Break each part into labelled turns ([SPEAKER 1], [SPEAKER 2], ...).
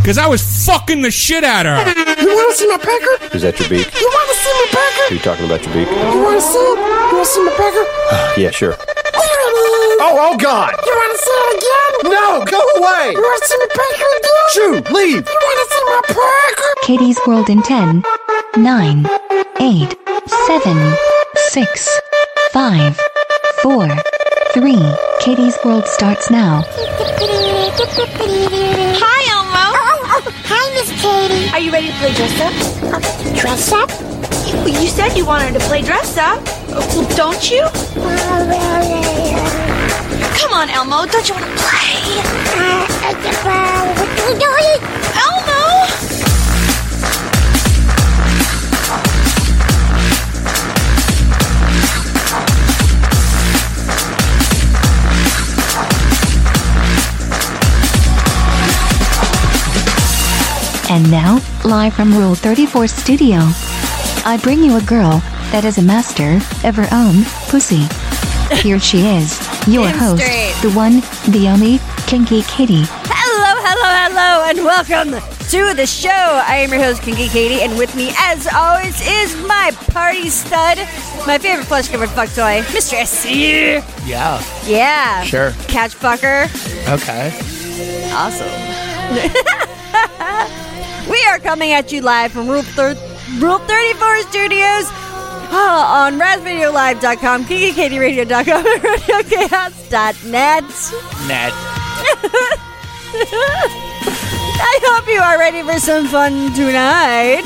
[SPEAKER 1] Because I was fucking the shit out of her.
[SPEAKER 2] You want to see my pecker?
[SPEAKER 3] Is that your beak?
[SPEAKER 2] You want to see my
[SPEAKER 3] Are
[SPEAKER 2] pecker?
[SPEAKER 3] you talking about your beak?
[SPEAKER 2] You want to see it? You want to see my pecker?
[SPEAKER 3] Yeah, sure.
[SPEAKER 2] There it is.
[SPEAKER 3] Oh, oh God!
[SPEAKER 2] You want to see it again?
[SPEAKER 3] No, go away!
[SPEAKER 2] You want to see my pecker again?
[SPEAKER 3] Shoot, leave!
[SPEAKER 2] You want to see my pecker?
[SPEAKER 4] Katie's World in 10, 9, 8, 7, 6, 5, 4, 3. Katie's World starts now.
[SPEAKER 5] Hi, Elmo. Oh, oh, hi, Miss Katie. Are you ready to play dress up? dress up? You, you said you wanted to play dress up. Uh, Well, don't you? Come on, Elmo. Don't you want to play? Elmo!
[SPEAKER 4] And now, live from Rule 34 Studio, I bring you a girl that is a master of her own pussy. Here she is, your
[SPEAKER 6] Damn
[SPEAKER 4] host,
[SPEAKER 6] straight.
[SPEAKER 4] the one, the only, Kinky Katie.
[SPEAKER 6] Hello, hello, hello, and welcome to the show. I am your host, Kinky Katie, and with me, as always, is my party stud, my favorite plush covered fuck toy, Mistress. Yeah.
[SPEAKER 7] Yeah.
[SPEAKER 6] Yeah.
[SPEAKER 7] Sure.
[SPEAKER 6] Catch fucker.
[SPEAKER 7] Okay.
[SPEAKER 6] Awesome. we are coming at you live from Rule, thir- Rule 34 Studios uh, on RazRadioLive.com, KinkyKatieRadio.com, and RadioChaos.net.
[SPEAKER 7] Ned.
[SPEAKER 6] I hope you are ready for some fun tonight.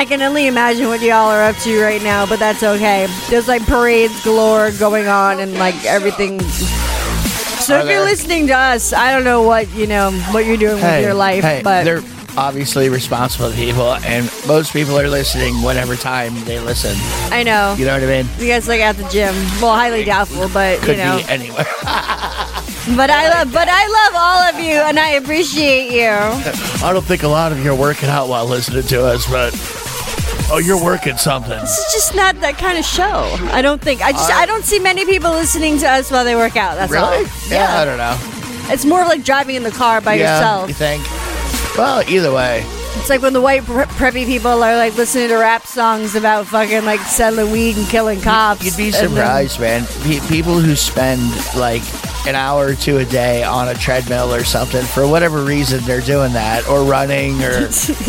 [SPEAKER 6] I can only imagine what y'all are up to right now, but that's okay. There's like parades galore going on and like everything. So
[SPEAKER 7] Are
[SPEAKER 6] if you're
[SPEAKER 7] there-
[SPEAKER 6] listening to us, I don't know what you know what you're doing with your life,
[SPEAKER 7] hey,
[SPEAKER 6] but
[SPEAKER 7] they're obviously responsible people, and most people are listening whatever time they listen.
[SPEAKER 6] I know
[SPEAKER 7] You know what I mean?
[SPEAKER 6] you guys like at the gym. Well, highly doubtful, but
[SPEAKER 7] Could
[SPEAKER 6] you know.
[SPEAKER 7] be anywhere.
[SPEAKER 6] But I love, but I love all of you, and I appreciate you.
[SPEAKER 7] I don't think a lot of you are working out while listening to us, but oh, you're working something.
[SPEAKER 6] It's just not that kind of show. I don't think. I just I don't see many people listening to us while they work out. That's all.
[SPEAKER 7] Uh, Really? Yeah, I don't know.
[SPEAKER 6] It's more like driving in the car by
[SPEAKER 7] yeah,
[SPEAKER 6] yourself.
[SPEAKER 7] You think? Well, either way,
[SPEAKER 6] It's like when the white pre- preppy people are like listening to rap songs about fucking like selling weed and killing cops.
[SPEAKER 7] you'd be
[SPEAKER 6] and then-
[SPEAKER 7] surprised, man. Pe- people who spend like an hour or two a day on a treadmill or something for whatever reason they're doing that or running or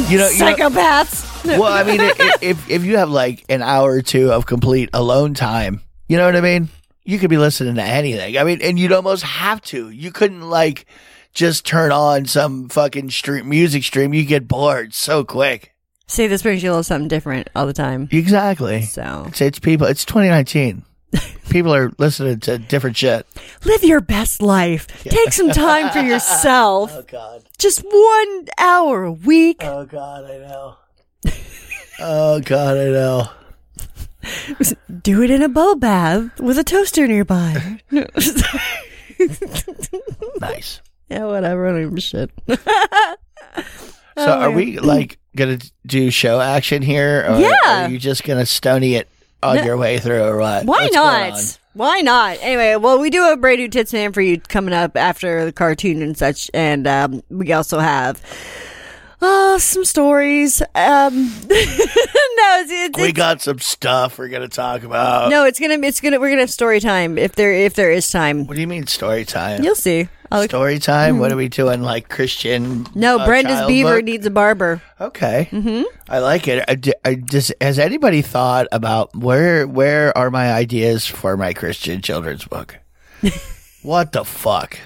[SPEAKER 7] you know, you know
[SPEAKER 6] psychopaths.
[SPEAKER 7] well, I mean, i- i- if if you have like an hour or two of complete alone time, you know what I mean. You could be listening to anything. I mean, and you'd almost have to. You couldn't like just turn on some fucking stream music stream. You get bored so quick.
[SPEAKER 6] See, this brings you a little something different all the time.
[SPEAKER 7] Exactly.
[SPEAKER 6] So
[SPEAKER 7] It's, it's people. It's 2019. people are listening to different shit.
[SPEAKER 6] live your best life. Take some time for yourself.
[SPEAKER 7] God.
[SPEAKER 6] Just one hour a week.
[SPEAKER 7] Oh God, I know. oh God, I know.
[SPEAKER 6] Do it in a bubble bath with a toaster nearby.
[SPEAKER 7] Nice.
[SPEAKER 6] yeah, whatever. I don't give a shit.
[SPEAKER 7] So
[SPEAKER 6] Oh,
[SPEAKER 7] are we like gonna do show action here? Or
[SPEAKER 6] Yeah.
[SPEAKER 7] Are you just gonna stony it on your way through or what?
[SPEAKER 6] Why
[SPEAKER 7] What's going on?
[SPEAKER 6] not? Why not? Anyway, well, we do have Brand New Tits Man for you coming up after the cartoon and such, and um, we also have uh, some stories. Um, no, it's, it's,
[SPEAKER 7] We
[SPEAKER 6] it's-
[SPEAKER 7] got some stuff we're gonna talk about.
[SPEAKER 6] no, it's gonna, it's gonna, we're gonna have story time if there, if there is time.
[SPEAKER 7] What do you mean story time?
[SPEAKER 6] You'll see. I'll,
[SPEAKER 7] Story time? What are we doing? Like Christian?
[SPEAKER 6] Mm-hmm. no,
[SPEAKER 7] uh,
[SPEAKER 6] Brenda's
[SPEAKER 7] child
[SPEAKER 6] beaver
[SPEAKER 7] book?
[SPEAKER 6] needs a barber.
[SPEAKER 7] Okay, mm-hmm. I like it. I, d- I just, has anybody thought about where where are my ideas for my Christian children's book? what the fuck?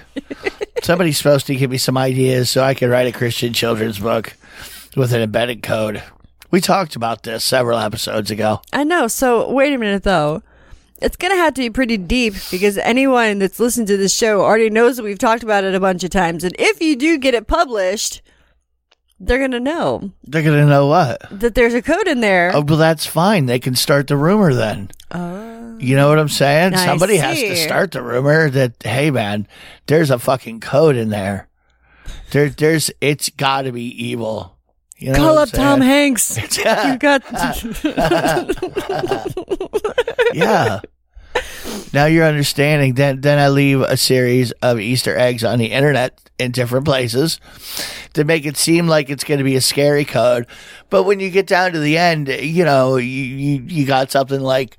[SPEAKER 7] Somebody's supposed to give me some ideas so I can write a Christian children's book with an embedded code. We talked about this several episodes ago.
[SPEAKER 6] I know. So wait a minute though. It's gonna have to be pretty deep because anyone that's listened to this show already knows that we've talked about it a bunch of times. And if you do get it published, they're gonna know
[SPEAKER 7] They're gonna know what.
[SPEAKER 6] that there's a code in there.
[SPEAKER 7] Oh, well, that's fine. They can start the rumor then. Oh. You know what I'm saying?
[SPEAKER 6] I
[SPEAKER 7] Somebody has to
[SPEAKER 6] see.
[SPEAKER 7] start the rumor that, hey, man, there's a fucking code in there. There, there's, it's got to be evil. You know
[SPEAKER 6] Call
[SPEAKER 7] what
[SPEAKER 6] up
[SPEAKER 7] I'm
[SPEAKER 6] Tom
[SPEAKER 7] saying?
[SPEAKER 6] Hanks. you got
[SPEAKER 7] yeah. Now you're understanding. Then, then I leave a series of Easter eggs on the internet in different places to make it seem like it's going to be a scary code. But when you get down to the end, you know, you you, you got something like,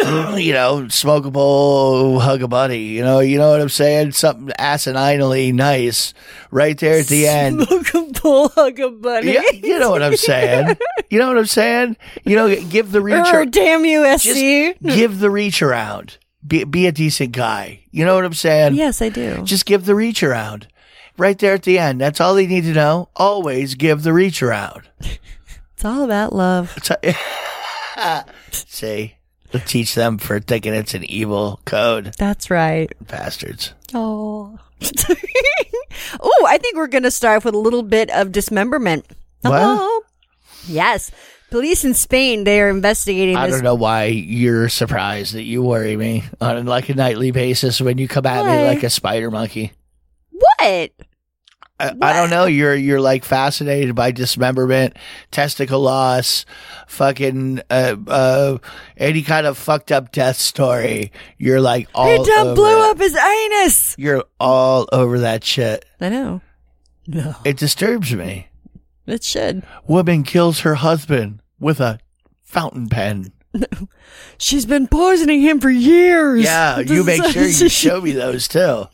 [SPEAKER 7] you know, smokeable, hug a buddy. You know, you know what I'm saying? Something asininely nice right there at the end.
[SPEAKER 6] Smoke a bull, hug a buddy.
[SPEAKER 7] Yeah, you know what I'm saying. You know what I'm saying. You know, give the reacher
[SPEAKER 6] Err, damn you,
[SPEAKER 7] just
[SPEAKER 6] SC.
[SPEAKER 7] give the reach around. Be, be a decent guy. You know what I'm saying?
[SPEAKER 6] Yes, I do.
[SPEAKER 7] Just give the reach around. Right there at the end. That's all they need to know. Always give the reach around.
[SPEAKER 6] It's all about love.
[SPEAKER 7] T- See? Teach them for thinking it's an evil code.
[SPEAKER 6] That's right.
[SPEAKER 7] Bastards.
[SPEAKER 6] Oh. oh, I think we're going to start off with a little bit of dismemberment.
[SPEAKER 7] What?
[SPEAKER 6] Hello? Yes. Police in Spain, they are investigating
[SPEAKER 7] I
[SPEAKER 6] this.
[SPEAKER 7] don't know why you're surprised that you worry me on like a nightly basis when you come at me
[SPEAKER 6] Why?
[SPEAKER 7] like a spider monkey.
[SPEAKER 6] What?
[SPEAKER 7] I, I don't know. You're you're like fascinated by dismemberment, testicle loss, fucking uh, uh, any kind of fucked up death story. You're like all
[SPEAKER 6] He done
[SPEAKER 7] over
[SPEAKER 6] blew
[SPEAKER 7] it.
[SPEAKER 6] up his anus.
[SPEAKER 7] You're all over that shit.
[SPEAKER 6] I know. No.
[SPEAKER 7] It disturbs me.
[SPEAKER 6] It should.
[SPEAKER 7] Woman kills her husband with a fountain pen.
[SPEAKER 6] She's been poisoning him for years.
[SPEAKER 7] Yeah, you make sure you show me those too.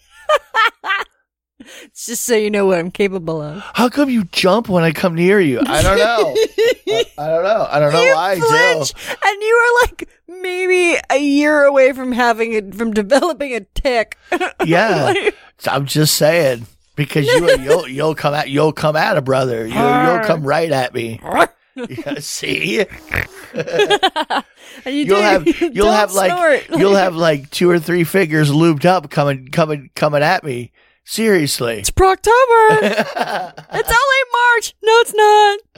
[SPEAKER 6] Just so you know what I'm capable of.
[SPEAKER 7] How come you jump when I come near you? I don't know. I, I don't know. Oh, I don't know
[SPEAKER 6] you
[SPEAKER 7] why I do.
[SPEAKER 6] flinch, and you are like maybe a year away from having it from developing a tick.
[SPEAKER 7] Yeah, So I'm just saying because you you'll you'll come at you'll come at a brother. You'll, you'll come right at me. Yeah, see,
[SPEAKER 6] And you
[SPEAKER 7] you'll
[SPEAKER 6] do,
[SPEAKER 7] have
[SPEAKER 6] you
[SPEAKER 7] you'll
[SPEAKER 6] don't
[SPEAKER 7] have like
[SPEAKER 6] snort.
[SPEAKER 7] you'll have like two or three fingers lubed up coming coming coming at me. Seriously,
[SPEAKER 6] it's Proctober. it's only March. No, it's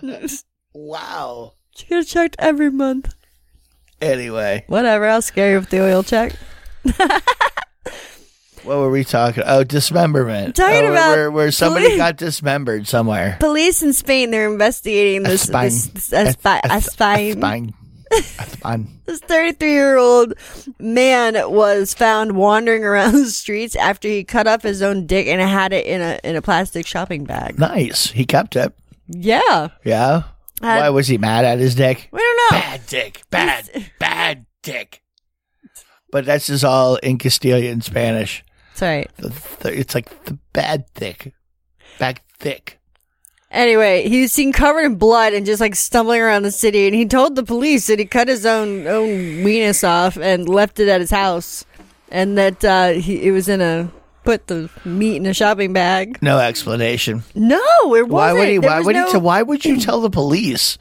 [SPEAKER 6] not.
[SPEAKER 7] wow.
[SPEAKER 6] You get it checked every month.
[SPEAKER 7] Anyway,
[SPEAKER 6] Whatever. I'll scare you with the oil check.
[SPEAKER 7] what were we talking? Oh, dismemberment.
[SPEAKER 6] I'm talking
[SPEAKER 7] Oh, where-
[SPEAKER 6] about
[SPEAKER 7] where, where somebody
[SPEAKER 6] police-
[SPEAKER 7] got dismembered somewhere.
[SPEAKER 6] Police in Spain they're investigating
[SPEAKER 7] A
[SPEAKER 6] this
[SPEAKER 7] spine.
[SPEAKER 6] this, this, a spine.
[SPEAKER 7] A- a-
[SPEAKER 6] A
[SPEAKER 7] a
[SPEAKER 6] spine.
[SPEAKER 7] spine. A spine.
[SPEAKER 6] This 33 year old man was found wandering around the streets after he cut off his own dick and had it in a in a plastic shopping bag.
[SPEAKER 7] Nice. He kept it.
[SPEAKER 6] Yeah.
[SPEAKER 7] Yeah. Why was he mad at his dick?
[SPEAKER 6] We don't know.
[SPEAKER 7] bad dick, bad, bad dick. But that's just all in Castilian Spanish.
[SPEAKER 6] That's right.
[SPEAKER 7] The th- it's like the bad thick, bad thick.
[SPEAKER 6] Anyway, he was seen covered in blood and just like stumbling around the city. And he told the police that he cut his own own weenus off and left it at his house, and that uh, he it was in a put the meat in a shopping bag.
[SPEAKER 7] No explanation.
[SPEAKER 6] No, it wasn't.
[SPEAKER 7] Why would he?
[SPEAKER 6] There
[SPEAKER 7] Why
[SPEAKER 6] was
[SPEAKER 7] would
[SPEAKER 6] no-
[SPEAKER 7] he? t- Why would you tell the police?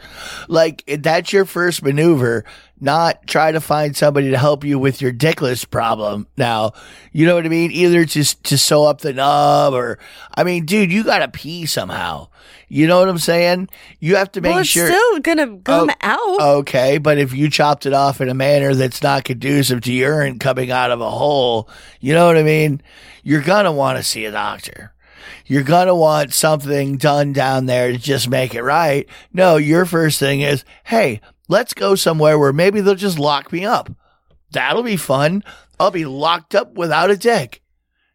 [SPEAKER 7] Like that's your first maneuver. Not try to find somebody to help you with your dickless problem. Now, you know what I mean. Either just to sew up the nub, or I mean, dude, you gotta pee somehow. You know what I'm saying? You have to make
[SPEAKER 6] well, it's
[SPEAKER 7] sure. Oh,
[SPEAKER 6] still gonna come out.
[SPEAKER 7] Okay, but if you chopped it off in a manner that's not conducive to urine coming out of a hole, you know what I mean? You're going to want to see a doctor. You're going to want something done down there to just make it right. No, your first thing is, hey, let's go somewhere where maybe they'll just lock me up. That'll be fun. I'll be locked up without a dick.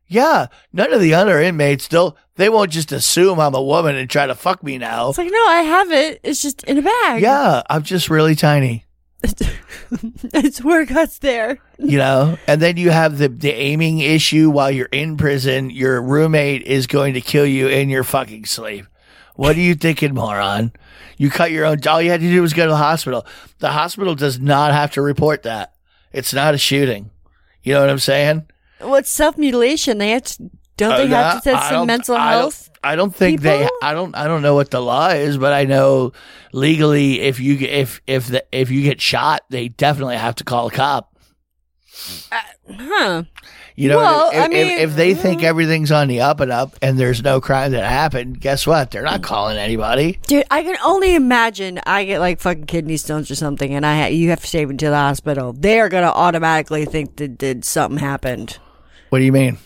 [SPEAKER 7] Yeah, none of the other inmates still, they won't just assume I'm a woman and try to fuck me now.
[SPEAKER 6] It's like, no, I have it. It's just in a bag.
[SPEAKER 7] Yeah, I'm just really tiny.
[SPEAKER 6] it's where it got there.
[SPEAKER 7] you know and then you have the the aiming issue while you're in prison your roommate is going to kill you in your fucking sleep what are you thinking moron you cut your own all you had to do was go to the hospital the hospital does not have to report that it's not a shooting you know what i'm saying
[SPEAKER 6] Well, it's self mutilation. They have to, don't they
[SPEAKER 7] Uh,
[SPEAKER 6] have to test
[SPEAKER 7] I
[SPEAKER 6] some
[SPEAKER 7] don't-
[SPEAKER 6] mental
[SPEAKER 7] I don't-
[SPEAKER 6] health?
[SPEAKER 7] I don't think they.
[SPEAKER 6] people?
[SPEAKER 7] I don't. I don't know what the law is, but I know legally, if you get- if if the, if you get shot, they definitely have to call a cop.
[SPEAKER 6] Huh.
[SPEAKER 7] You know,
[SPEAKER 6] Well,
[SPEAKER 7] if,
[SPEAKER 6] I mean- mm-hmm.
[SPEAKER 7] if, if they think everything's on the up and up and there's no crime that happened, guess what? They're not calling anybody.
[SPEAKER 6] Dude, I can only imagine I get like fucking kidney stones or something, and I ha- you have to take me to the hospital. They are gonna automatically think that, that something happened.
[SPEAKER 7] What do you mean?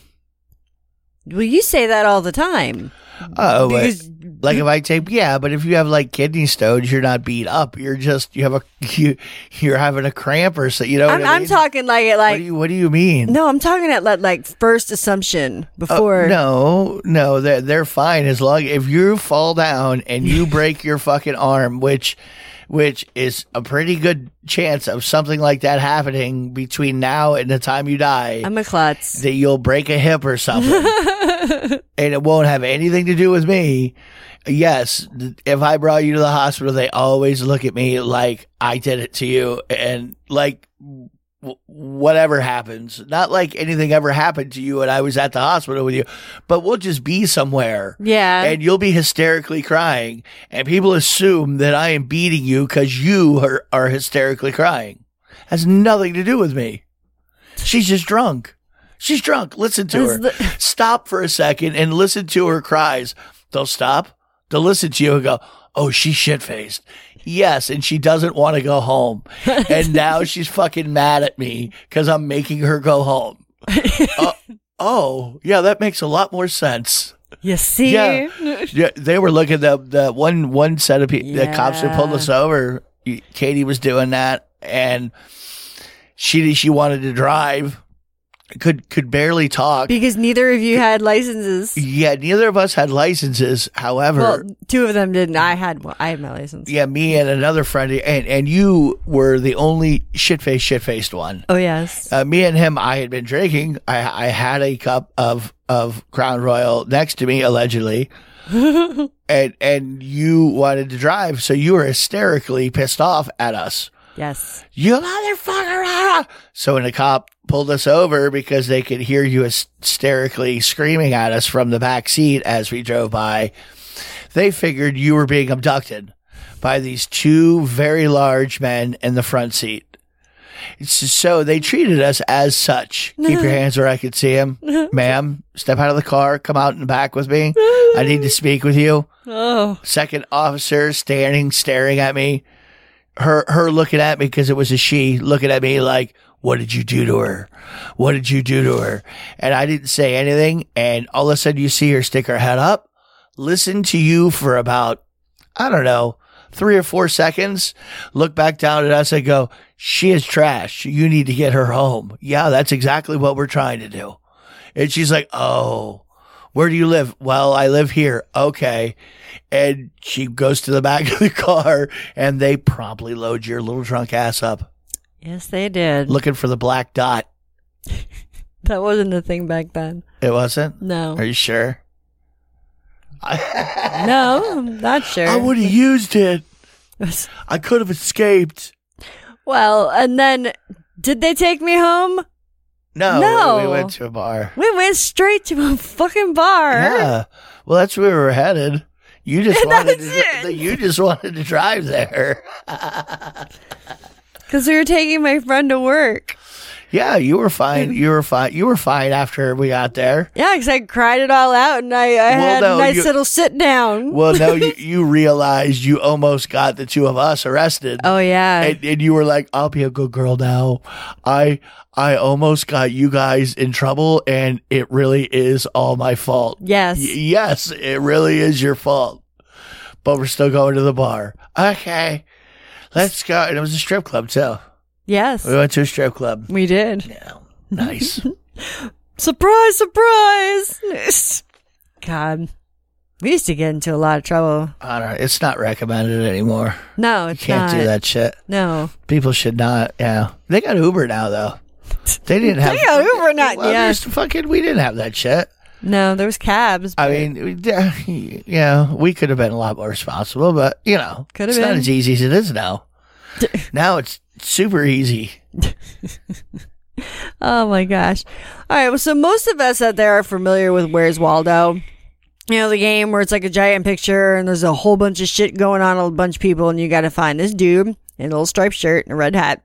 [SPEAKER 6] Well, you say that all the time.
[SPEAKER 7] Oh, wait.
[SPEAKER 6] Because-
[SPEAKER 7] like if I take yeah, but if you have like kidney stones, you're not beat up. You're just you have a you you're having a cramp or so. You know,
[SPEAKER 6] I'm,
[SPEAKER 7] what I
[SPEAKER 6] I'm
[SPEAKER 7] mean?
[SPEAKER 6] talking like it
[SPEAKER 7] What
[SPEAKER 6] like
[SPEAKER 7] do you What do you mean?
[SPEAKER 6] no, I'm talking at like, like first assumption
[SPEAKER 7] Oh,
[SPEAKER 6] before.
[SPEAKER 7] no, no, they're they're fine as long if you fall down and you break your fucking arm, which which is a pretty good chance of something like that happening between now and the time you die.
[SPEAKER 6] I'm a klutz.
[SPEAKER 7] that you'll break a hip or something and it won't have anything to do with me. Yes, th- if I brought you to the hospital, they always look at me like I did it to you and like w- whatever happens. Not like anything ever happened to you and I was at the hospital with you, but we'll just be somewhere.
[SPEAKER 6] Yeah.
[SPEAKER 7] And you'll be hysterically crying and people assume that I am beating you cuz you are, are hysterically crying. Has nothing to do with me. She's just drunk. She's drunk. Listen to
[SPEAKER 6] Is
[SPEAKER 7] her.
[SPEAKER 6] the-
[SPEAKER 7] stop for a second and listen to her cries. They'll stop. They'll listen to you and go, Oh, she's shit faced. Yes. And she doesn't want to go home. And now she's fucking mad at me because I'm making her go home. Uh, oh, yeah. That makes a lot more sense.
[SPEAKER 6] You see?
[SPEAKER 7] Yeah. yeah. They were looking the, the one, one set of people, the cops who pulled
[SPEAKER 6] Yeah.
[SPEAKER 7] us over. Katie was doing that and she, she wanted to drive. Could could barely talk.
[SPEAKER 6] Because neither of you had licenses.
[SPEAKER 7] Yeah, neither of us had licenses. However,
[SPEAKER 6] Well, two of them didn't. I had one. I had my license.
[SPEAKER 7] yeah, me and another friend, and, and you were the only shit faced, shit faced one.
[SPEAKER 6] Oh yes.
[SPEAKER 7] Uh, me and him, I had been drinking. I, I had a cup of, of Crown Royal next to me, allegedly. and and you wanted to drive, so you were hysterically pissed off at us.
[SPEAKER 6] yes.
[SPEAKER 7] You motherfucker! ah!" So when the cop pulled us over because they could hear you hysterically screaming at us from the back seat as we drove by, they figured you were being abducted by these two very large men in the front seat. It's- So they treated us as such. Keep your hands where I can see them, ma'am. Step out of the car. Come out in the back with me. I need to speak with you
[SPEAKER 6] Oh.
[SPEAKER 7] second officer standing staring at me her her looking at me because it was a she looking at me like what did you do to her what did you do to her and i didn't say anything and all of a sudden you see her stick her head up listen to you for about i don't know three or four seconds look back down at us and go she is trash you need to get her home yeah that's exactly what we're trying to do and she's like oh where do you live? Well, I live here. Okay. And she goes to the back of the car and they promptly load your little drunk ass up
[SPEAKER 6] Yes, they did.
[SPEAKER 7] looking for the black dot.
[SPEAKER 6] That wasn't a thing back then.
[SPEAKER 7] It wasn't?
[SPEAKER 6] No.
[SPEAKER 7] Are you sure? I,
[SPEAKER 6] No, I'm not sure.
[SPEAKER 7] I would have used it. I could have escaped.
[SPEAKER 6] Well, and then did they take me home?
[SPEAKER 7] No,
[SPEAKER 6] No.
[SPEAKER 7] We, we went to a bar.
[SPEAKER 6] We went straight to a fucking bar.
[SPEAKER 7] Yeah. Well, that's where we were headed. You just wanted
[SPEAKER 6] was
[SPEAKER 7] to,
[SPEAKER 6] it.
[SPEAKER 7] you just wanted to drive there.
[SPEAKER 6] Because we were taking my friend to work.
[SPEAKER 7] Yeah, you were fine. You were fine. You were fine after we got there.
[SPEAKER 6] Yeah, because I cried it all out and I, I had
[SPEAKER 7] no,
[SPEAKER 6] a nice
[SPEAKER 7] you-
[SPEAKER 6] little sit down.
[SPEAKER 7] Well, no, you, you realized you almost got the two of us arrested.
[SPEAKER 6] oh, yeah.
[SPEAKER 7] and, and you were like, "I'll be a good girl now." I I almost got you guys in trouble, and it really is all my fault.
[SPEAKER 6] yes.
[SPEAKER 7] Y- yes, it really is your fault. But we're still going to the bar. Okay, let's go. And it was a strip club too.
[SPEAKER 6] yes.
[SPEAKER 7] We went to a strip club.
[SPEAKER 6] We did.
[SPEAKER 7] uh, Yeah, nice.
[SPEAKER 6] Surprise, surprise. God. We used to get into a lot of trouble.
[SPEAKER 7] I don't. It's not recommended anymore.
[SPEAKER 6] No,
[SPEAKER 7] You
[SPEAKER 6] it's
[SPEAKER 7] can't
[SPEAKER 6] not.
[SPEAKER 7] do that shit.
[SPEAKER 6] No.
[SPEAKER 7] People should not. Yeah, they got Uber now though. They didn't have.
[SPEAKER 6] They got Uber now,
[SPEAKER 7] Well,
[SPEAKER 6] yeah.
[SPEAKER 7] there's fucking. We didn't have that shit.
[SPEAKER 6] No, there was cabs.
[SPEAKER 7] I mean, we- yeah, yeah, we could have been a lot more responsible, but you know,
[SPEAKER 6] Could have
[SPEAKER 7] it's not
[SPEAKER 6] been.
[SPEAKER 7] as easy as it is now. now it's super easy.
[SPEAKER 6] Oh my gosh. All right. Well, so most of us out there are familiar with Where's Waldo? You know, the game where it's like a giant picture and there's a whole bunch of shit going on, a bunch of people, and you got to find this dude in a little striped shirt and a red hat.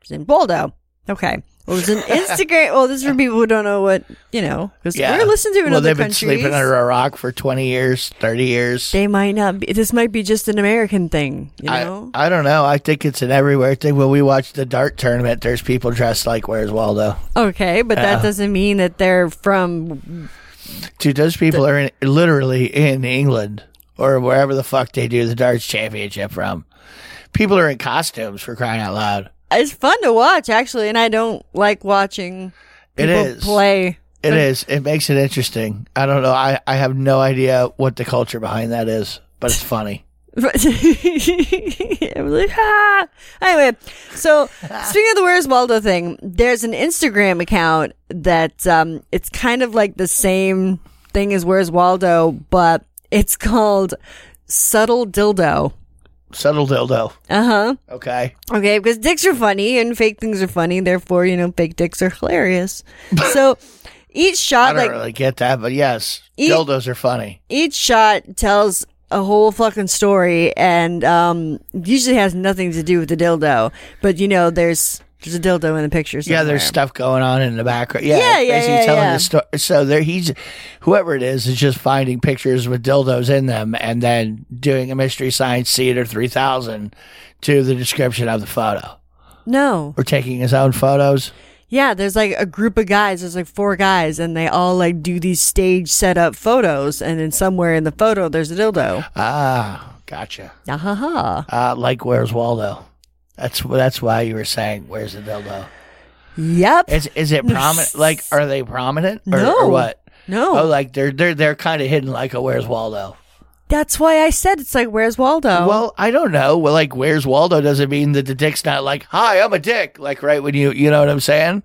[SPEAKER 6] He's in Waldo. Okay. Well, it was an Instagram. Well, this is for people who don't know what you know. 'cause We're listening to it in
[SPEAKER 7] well,
[SPEAKER 6] other
[SPEAKER 7] they've been
[SPEAKER 6] countries.
[SPEAKER 7] sleeping under a rock for 20 years, 30 years.
[SPEAKER 6] they might not. Be, this might be just an American thing. You know.
[SPEAKER 7] I, I don't know. I think it's an everywhere thing. When we watch the dart tournament, there's people dressed like Where's Waldo.
[SPEAKER 6] okay, but that doesn't mean that they're from.
[SPEAKER 7] Dude, those people are in, literally in England or wherever the fuck they do the darts championship from. People are in costumes for crying out loud.
[SPEAKER 6] It's fun to watch actually, and I don't like watching
[SPEAKER 7] It
[SPEAKER 6] people
[SPEAKER 7] is.
[SPEAKER 6] play.
[SPEAKER 7] It is. It makes it interesting. I don't know. I, I have no idea what the culture behind that is, but it's funny.
[SPEAKER 6] I'm like, ah. Anyway, so speaking of the Where's Waldo thing, there's an Instagram account that um, it's kind of like the same thing as Where's Waldo, but it's called Subtle Dildo.
[SPEAKER 7] Subtle dildo.
[SPEAKER 6] Uh huh.
[SPEAKER 7] Okay.
[SPEAKER 6] Okay, because dicks are funny and fake things are funny, therefore, you know, fake dicks are hilarious. So each
[SPEAKER 7] I
[SPEAKER 6] shot,
[SPEAKER 7] don't
[SPEAKER 6] like,
[SPEAKER 7] really get that, but yes,
[SPEAKER 6] E-
[SPEAKER 7] dildos are funny.
[SPEAKER 6] each shot tells a whole fucking story and um, usually has nothing to do with the dildo. But you know, there's there's a dildo in the picture. Somewhere.
[SPEAKER 7] Yeah, there's stuff going on in the background. Yeah,
[SPEAKER 6] Yeah,
[SPEAKER 7] it's
[SPEAKER 6] yeah,
[SPEAKER 7] basically
[SPEAKER 6] yeah,
[SPEAKER 7] telling
[SPEAKER 6] yeah.
[SPEAKER 7] the story. So there, he's whoever it is is just finding pictures with dildos in them and then doing a mystery science theater three thousand to the description of the photo
[SPEAKER 6] no.
[SPEAKER 7] or taking his own photos.
[SPEAKER 6] Yeah, there's like a group of guys. There's like four guys, and they all like do these stage setup photos. And then somewhere in the photo, there's a dildo.
[SPEAKER 7] Ah, gotcha.
[SPEAKER 6] Ah, ha ha.
[SPEAKER 7] Uh, like where's Waldo? That's that's why you were saying where's the dildo?
[SPEAKER 6] Yep.
[SPEAKER 7] Is is it prominent? like are they prominent or,
[SPEAKER 6] No.
[SPEAKER 7] or what?
[SPEAKER 6] no.
[SPEAKER 7] Oh, like they're they're they're kind of hidden like a where's Waldo.
[SPEAKER 6] That's why I said it's like, where's Waldo?
[SPEAKER 7] Well, I don't know. Well, like, where's Waldo doesn't mean that the dick's not like, hi, I'm a dick. Like, right when you, you know what I'm saying?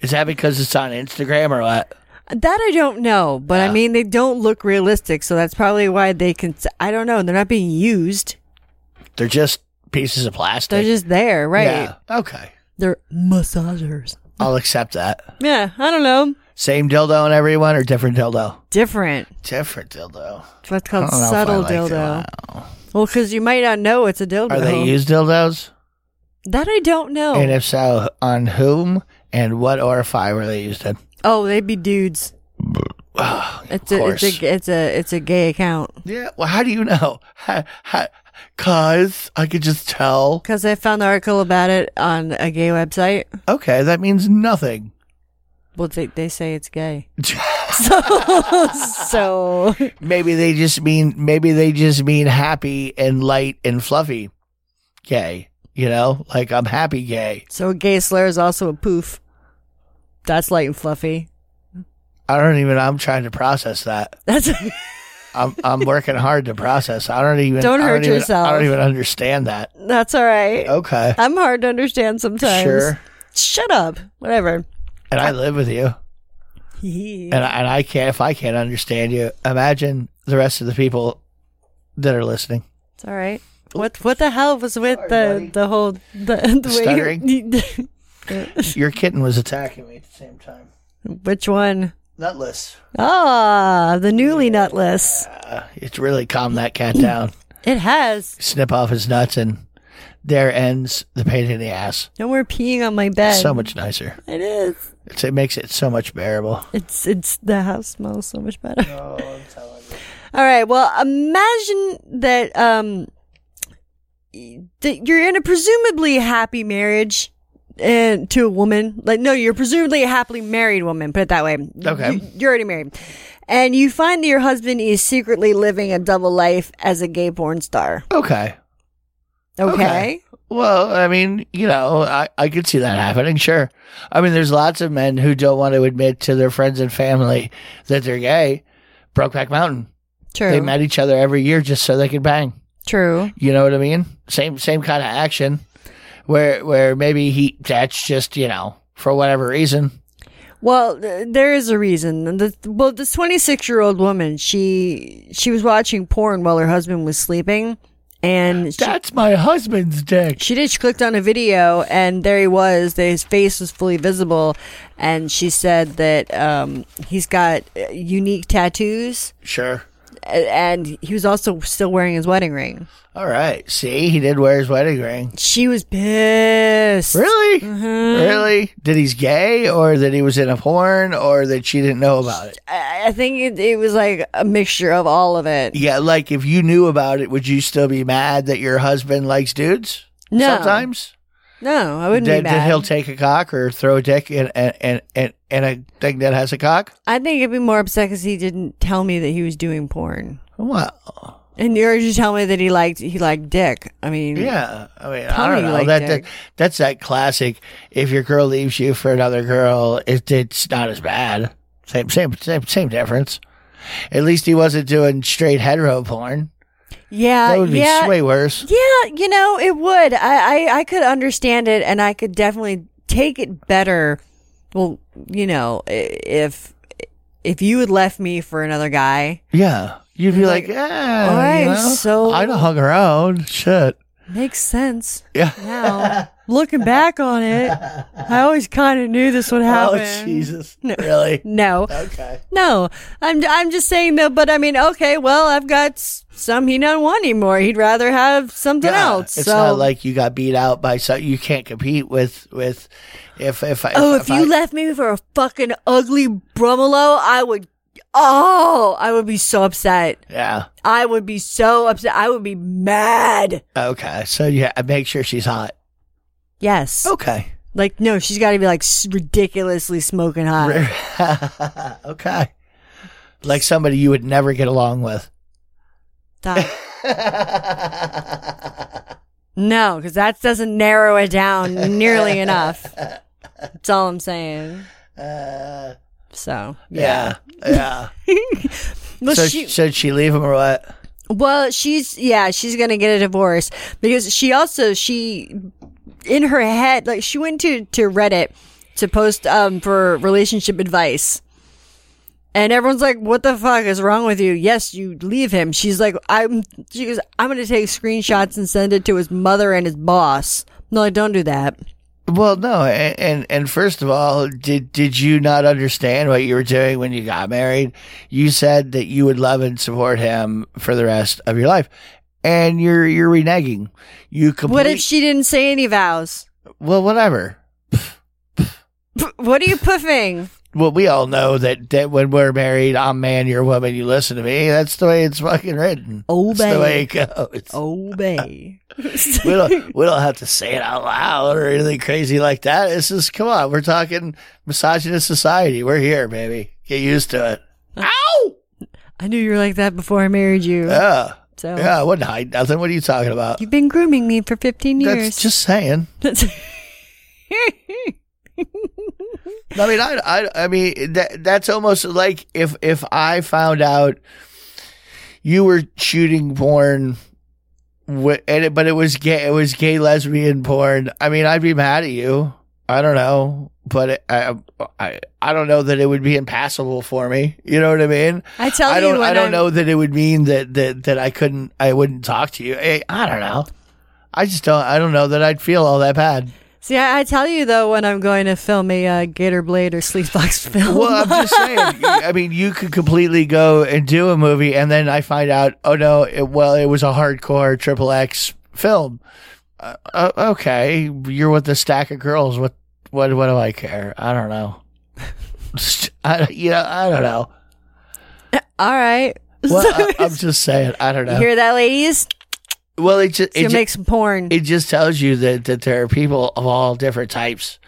[SPEAKER 7] Is that because it's on Instagram or what?
[SPEAKER 6] That I don't know, but I mean, they don't look realistic, so that's probably why they can. I don't know. They're not being used.
[SPEAKER 7] They're just pieces of plastic.
[SPEAKER 6] They're just there, right?
[SPEAKER 7] Yeah. Okay.
[SPEAKER 6] They're massagers.
[SPEAKER 7] I'll accept that.
[SPEAKER 6] Yeah, I don't know.
[SPEAKER 7] Same dildo on everyone or different dildo?
[SPEAKER 6] Different.
[SPEAKER 7] Different dildo.
[SPEAKER 6] That's what's
[SPEAKER 7] I
[SPEAKER 6] called
[SPEAKER 7] don't know if I
[SPEAKER 6] subtle
[SPEAKER 7] like
[SPEAKER 6] dildo.
[SPEAKER 7] that.
[SPEAKER 6] Well, because you might not know it's a dildo.
[SPEAKER 7] Are they used dildos?
[SPEAKER 6] That I don't know.
[SPEAKER 7] And if so, on whom and what orify were they used in?
[SPEAKER 6] oh, they'd be dudes. It's a, it's
[SPEAKER 7] course.
[SPEAKER 6] a it's a it's a gay account
[SPEAKER 7] Yeah. Well, how do you know? Ha- ha- Cause I could just tell.
[SPEAKER 6] because I found an article about it on a gay website.
[SPEAKER 7] Okay, that means nothing.
[SPEAKER 6] Well, they they say it's gay. so so
[SPEAKER 7] Maybe they just mean maybe they just mean happy and light and fluffy gay. You know, like I'm happy gay.
[SPEAKER 6] So a gay slur is also a poof. That's light and fluffy.
[SPEAKER 7] I don't even. I'm trying to process that.
[SPEAKER 6] That's
[SPEAKER 7] I'm I'm working hard to process. I don't even.
[SPEAKER 6] Don't
[SPEAKER 7] I
[SPEAKER 6] hurt
[SPEAKER 7] even-
[SPEAKER 6] yourself.
[SPEAKER 7] I don't even understand that.
[SPEAKER 6] that's all right.
[SPEAKER 7] Okay,
[SPEAKER 6] I'm hard to understand sometimes.
[SPEAKER 7] Uh, sure.
[SPEAKER 6] Shut up. Whatever.
[SPEAKER 7] And I live with you, and I, and I can't. If I can't understand you, imagine the rest of the people that are listening.
[SPEAKER 6] It's all right.
[SPEAKER 7] Oh.
[SPEAKER 6] What what the hell was with the the whole the, the way you-
[SPEAKER 7] Your kitten was attacking me at the same time.
[SPEAKER 6] Which one?
[SPEAKER 7] Nutless.
[SPEAKER 6] Ah, the newly nutless.
[SPEAKER 7] It's really calmed that cat down.
[SPEAKER 6] It has.
[SPEAKER 7] snip off his nuts and there ends the pain in the ass.
[SPEAKER 6] No more peeing on my bed.
[SPEAKER 7] So much nicer.
[SPEAKER 6] It is.
[SPEAKER 7] It's, it makes it so much bearable.
[SPEAKER 6] It's it's the house smells so much better. Oh, I'm telling you. All right. Well, imagine that um that you're in a presumably happy marriage and to a woman. Like no, you're presumably a happily married woman, put it that way.
[SPEAKER 7] Okay.
[SPEAKER 6] You, you're already married. And you find that your husband is secretly living a double life as a gay porn star.
[SPEAKER 7] Okay.
[SPEAKER 6] Okay?
[SPEAKER 7] Well, I mean, you know, I, I could see that happening, sure. I mean, there's lots of men who don't want to admit to their friends and family that they're gay. Brokeback Mountain.
[SPEAKER 6] True.
[SPEAKER 7] They met each other every year just so they could bang.
[SPEAKER 6] True.
[SPEAKER 7] You know what I mean? Same same kind of action where where maybe he that's just, you know, for whatever reason.
[SPEAKER 6] Well, th- there is a reason. And The, well, this 26 year old woman, she she was watching porn while her husband was sleeping, and she,
[SPEAKER 7] That's my husband's dick.
[SPEAKER 6] she did. She clicked on a video, and there he was. His face was fully visible, and she said that um, he's got uh, unique tattoos
[SPEAKER 7] Sure.
[SPEAKER 6] a- and he was also still wearing his wedding ring.
[SPEAKER 7] All right. See, he did wear his wedding ring.
[SPEAKER 6] She was pissed.
[SPEAKER 7] Really?
[SPEAKER 6] Mm-hmm.
[SPEAKER 7] Really? That he's gay or that he was in a porn or that she didn't know about it?
[SPEAKER 6] I I think it, it was like a mixture of all of it.
[SPEAKER 7] Yeah, like if you knew about it, would you still be mad that your husband likes dudes?
[SPEAKER 6] No.
[SPEAKER 7] Sometimes?
[SPEAKER 6] No, I wouldn't
[SPEAKER 7] That,
[SPEAKER 6] be
[SPEAKER 7] that
[SPEAKER 6] mad.
[SPEAKER 7] he'll take a cock or throw a dick in, in, in, in a thing that has a cock?
[SPEAKER 6] I think I'd be more upset because he didn't tell me that he was doing porn.
[SPEAKER 7] Well,
[SPEAKER 6] And you're just telling me that he liked he liked dick. I mean,
[SPEAKER 7] Yeah, I mean,
[SPEAKER 6] Tell
[SPEAKER 7] I
[SPEAKER 6] me
[SPEAKER 7] don't
[SPEAKER 6] you
[SPEAKER 7] know.
[SPEAKER 6] like
[SPEAKER 7] that,
[SPEAKER 6] dick.
[SPEAKER 7] that that's that classic. If your girl leaves you for another girl, it, it's not as bad. Same, same, same, same difference. At least he wasn't doing straight hetero porn.
[SPEAKER 6] yeah,
[SPEAKER 7] That would be
[SPEAKER 6] Uh, yeah,
[SPEAKER 7] way worse.
[SPEAKER 6] yeah. You know, it would. I, I I could understand it, and I could definitely take it better. Well, you know, i- if if you had left me for another guy,
[SPEAKER 7] Yeah, you'd be like,
[SPEAKER 6] Like,
[SPEAKER 7] yeah,
[SPEAKER 6] all right,
[SPEAKER 7] you know,
[SPEAKER 6] so-
[SPEAKER 7] I'd have hung around. Shit.
[SPEAKER 6] makes sense.
[SPEAKER 7] Yeah.
[SPEAKER 6] Now, looking back on it, I always kind of knew this would happen.
[SPEAKER 7] Oh Jesus! Really?
[SPEAKER 6] No.
[SPEAKER 7] Okay.
[SPEAKER 6] No, I'm I'm just saying though. But I mean, okay, well, I've got s- some he don't want anymore. He'd rather have something
[SPEAKER 7] Yeah,
[SPEAKER 6] else.
[SPEAKER 7] it's
[SPEAKER 6] so.
[SPEAKER 7] not like you got beat out by so you can't compete with with if if
[SPEAKER 6] oh, if you
[SPEAKER 7] I,
[SPEAKER 6] left me for a fucking ugly brumolo, I would. Oh, I would be so upset.
[SPEAKER 7] yeah
[SPEAKER 6] I would be so upset. I would be mad.
[SPEAKER 7] okay so yeah make sure she's hot
[SPEAKER 6] Yes.
[SPEAKER 7] okay
[SPEAKER 6] Like no, she's got to be like s- ridiculously smoking hot.
[SPEAKER 7] okay. Like somebody you would never get along with.
[SPEAKER 6] Stop. no, because that doesn't narrow it down nearly enough. That's all I'm saying.
[SPEAKER 7] Uh,
[SPEAKER 6] so
[SPEAKER 7] Yeah. Yeah.
[SPEAKER 6] well,
[SPEAKER 7] so
[SPEAKER 6] she,
[SPEAKER 7] should she leave him or what?
[SPEAKER 6] well, she's yeah, she's gonna get a divorce because she also she in her head like she went to to Reddit to post um for relationship advice. And everyone's like, "What the fuck is wrong with you?" Yes, you leave him. She's like, "I'm." She goes, "I'm going to take screenshots and send it to his mother and his boss." No, don't do that.
[SPEAKER 7] Well, no, and, and and first of all, did did you not understand what you were doing when you got married? You said that you would love and support him for the rest of your life, and you're you're reneging. You complete,
[SPEAKER 6] What if she didn't say any vows?
[SPEAKER 7] well, whatever.
[SPEAKER 6] P- what are you puffing?
[SPEAKER 7] well, we all know that, that when we're married, I'm man, you're woman, you listen to me. That's the way it's fucking written.
[SPEAKER 6] Oh,
[SPEAKER 7] That's the
[SPEAKER 6] babe.
[SPEAKER 7] way it goes.
[SPEAKER 6] Obey.
[SPEAKER 7] We, don't, we don't have to say it out loud or anything crazy like that. It's just, come on, we're talking misogynist society. We're here, baby. Get used to it.
[SPEAKER 6] I knew you were like that before I married you.
[SPEAKER 7] Yeah.
[SPEAKER 6] so
[SPEAKER 7] Uh, Yeah, I wouldn't hide nothing. What are you talking about?
[SPEAKER 6] you've been grooming me for 15 years.
[SPEAKER 7] That's just saying. I mean, I, I, I mean, that that's almost like if if I found out you were shooting porn, wi- and it, but it was gay, it was gay lesbian porn. I mean, I'd be mad at you. I don't know, but it, I, I, I don't know that it would be impassable for me. You know what I mean?
[SPEAKER 6] I tell
[SPEAKER 7] I
[SPEAKER 6] you
[SPEAKER 7] don't,
[SPEAKER 6] when
[SPEAKER 7] I don't
[SPEAKER 6] I'm-
[SPEAKER 7] know that it would mean that that that I couldn't, I wouldn't talk to you. I, I don't know. I just don't. I don't know that I'd feel all that bad.
[SPEAKER 6] See, I, I tell you though, when I'm going to film a uh, Gator Blade or Sleepbox film.
[SPEAKER 7] Well, I'm just saying. you- I mean, you could completely go and do a movie, and then I find out, oh no, it, well, it was a hardcore triple X film. Uh, uh, okay, you're with a stack of girls. What, what, what do I care? I don't know. I, you know, I don't know.
[SPEAKER 6] All right.
[SPEAKER 7] Well, I, I'm just saying. I don't
[SPEAKER 6] You
[SPEAKER 7] know.
[SPEAKER 6] hear that, ladies?
[SPEAKER 7] well, it just,
[SPEAKER 6] She'll
[SPEAKER 7] it, ju-
[SPEAKER 6] make some porn.
[SPEAKER 7] it just tells you that that there are people of all different types.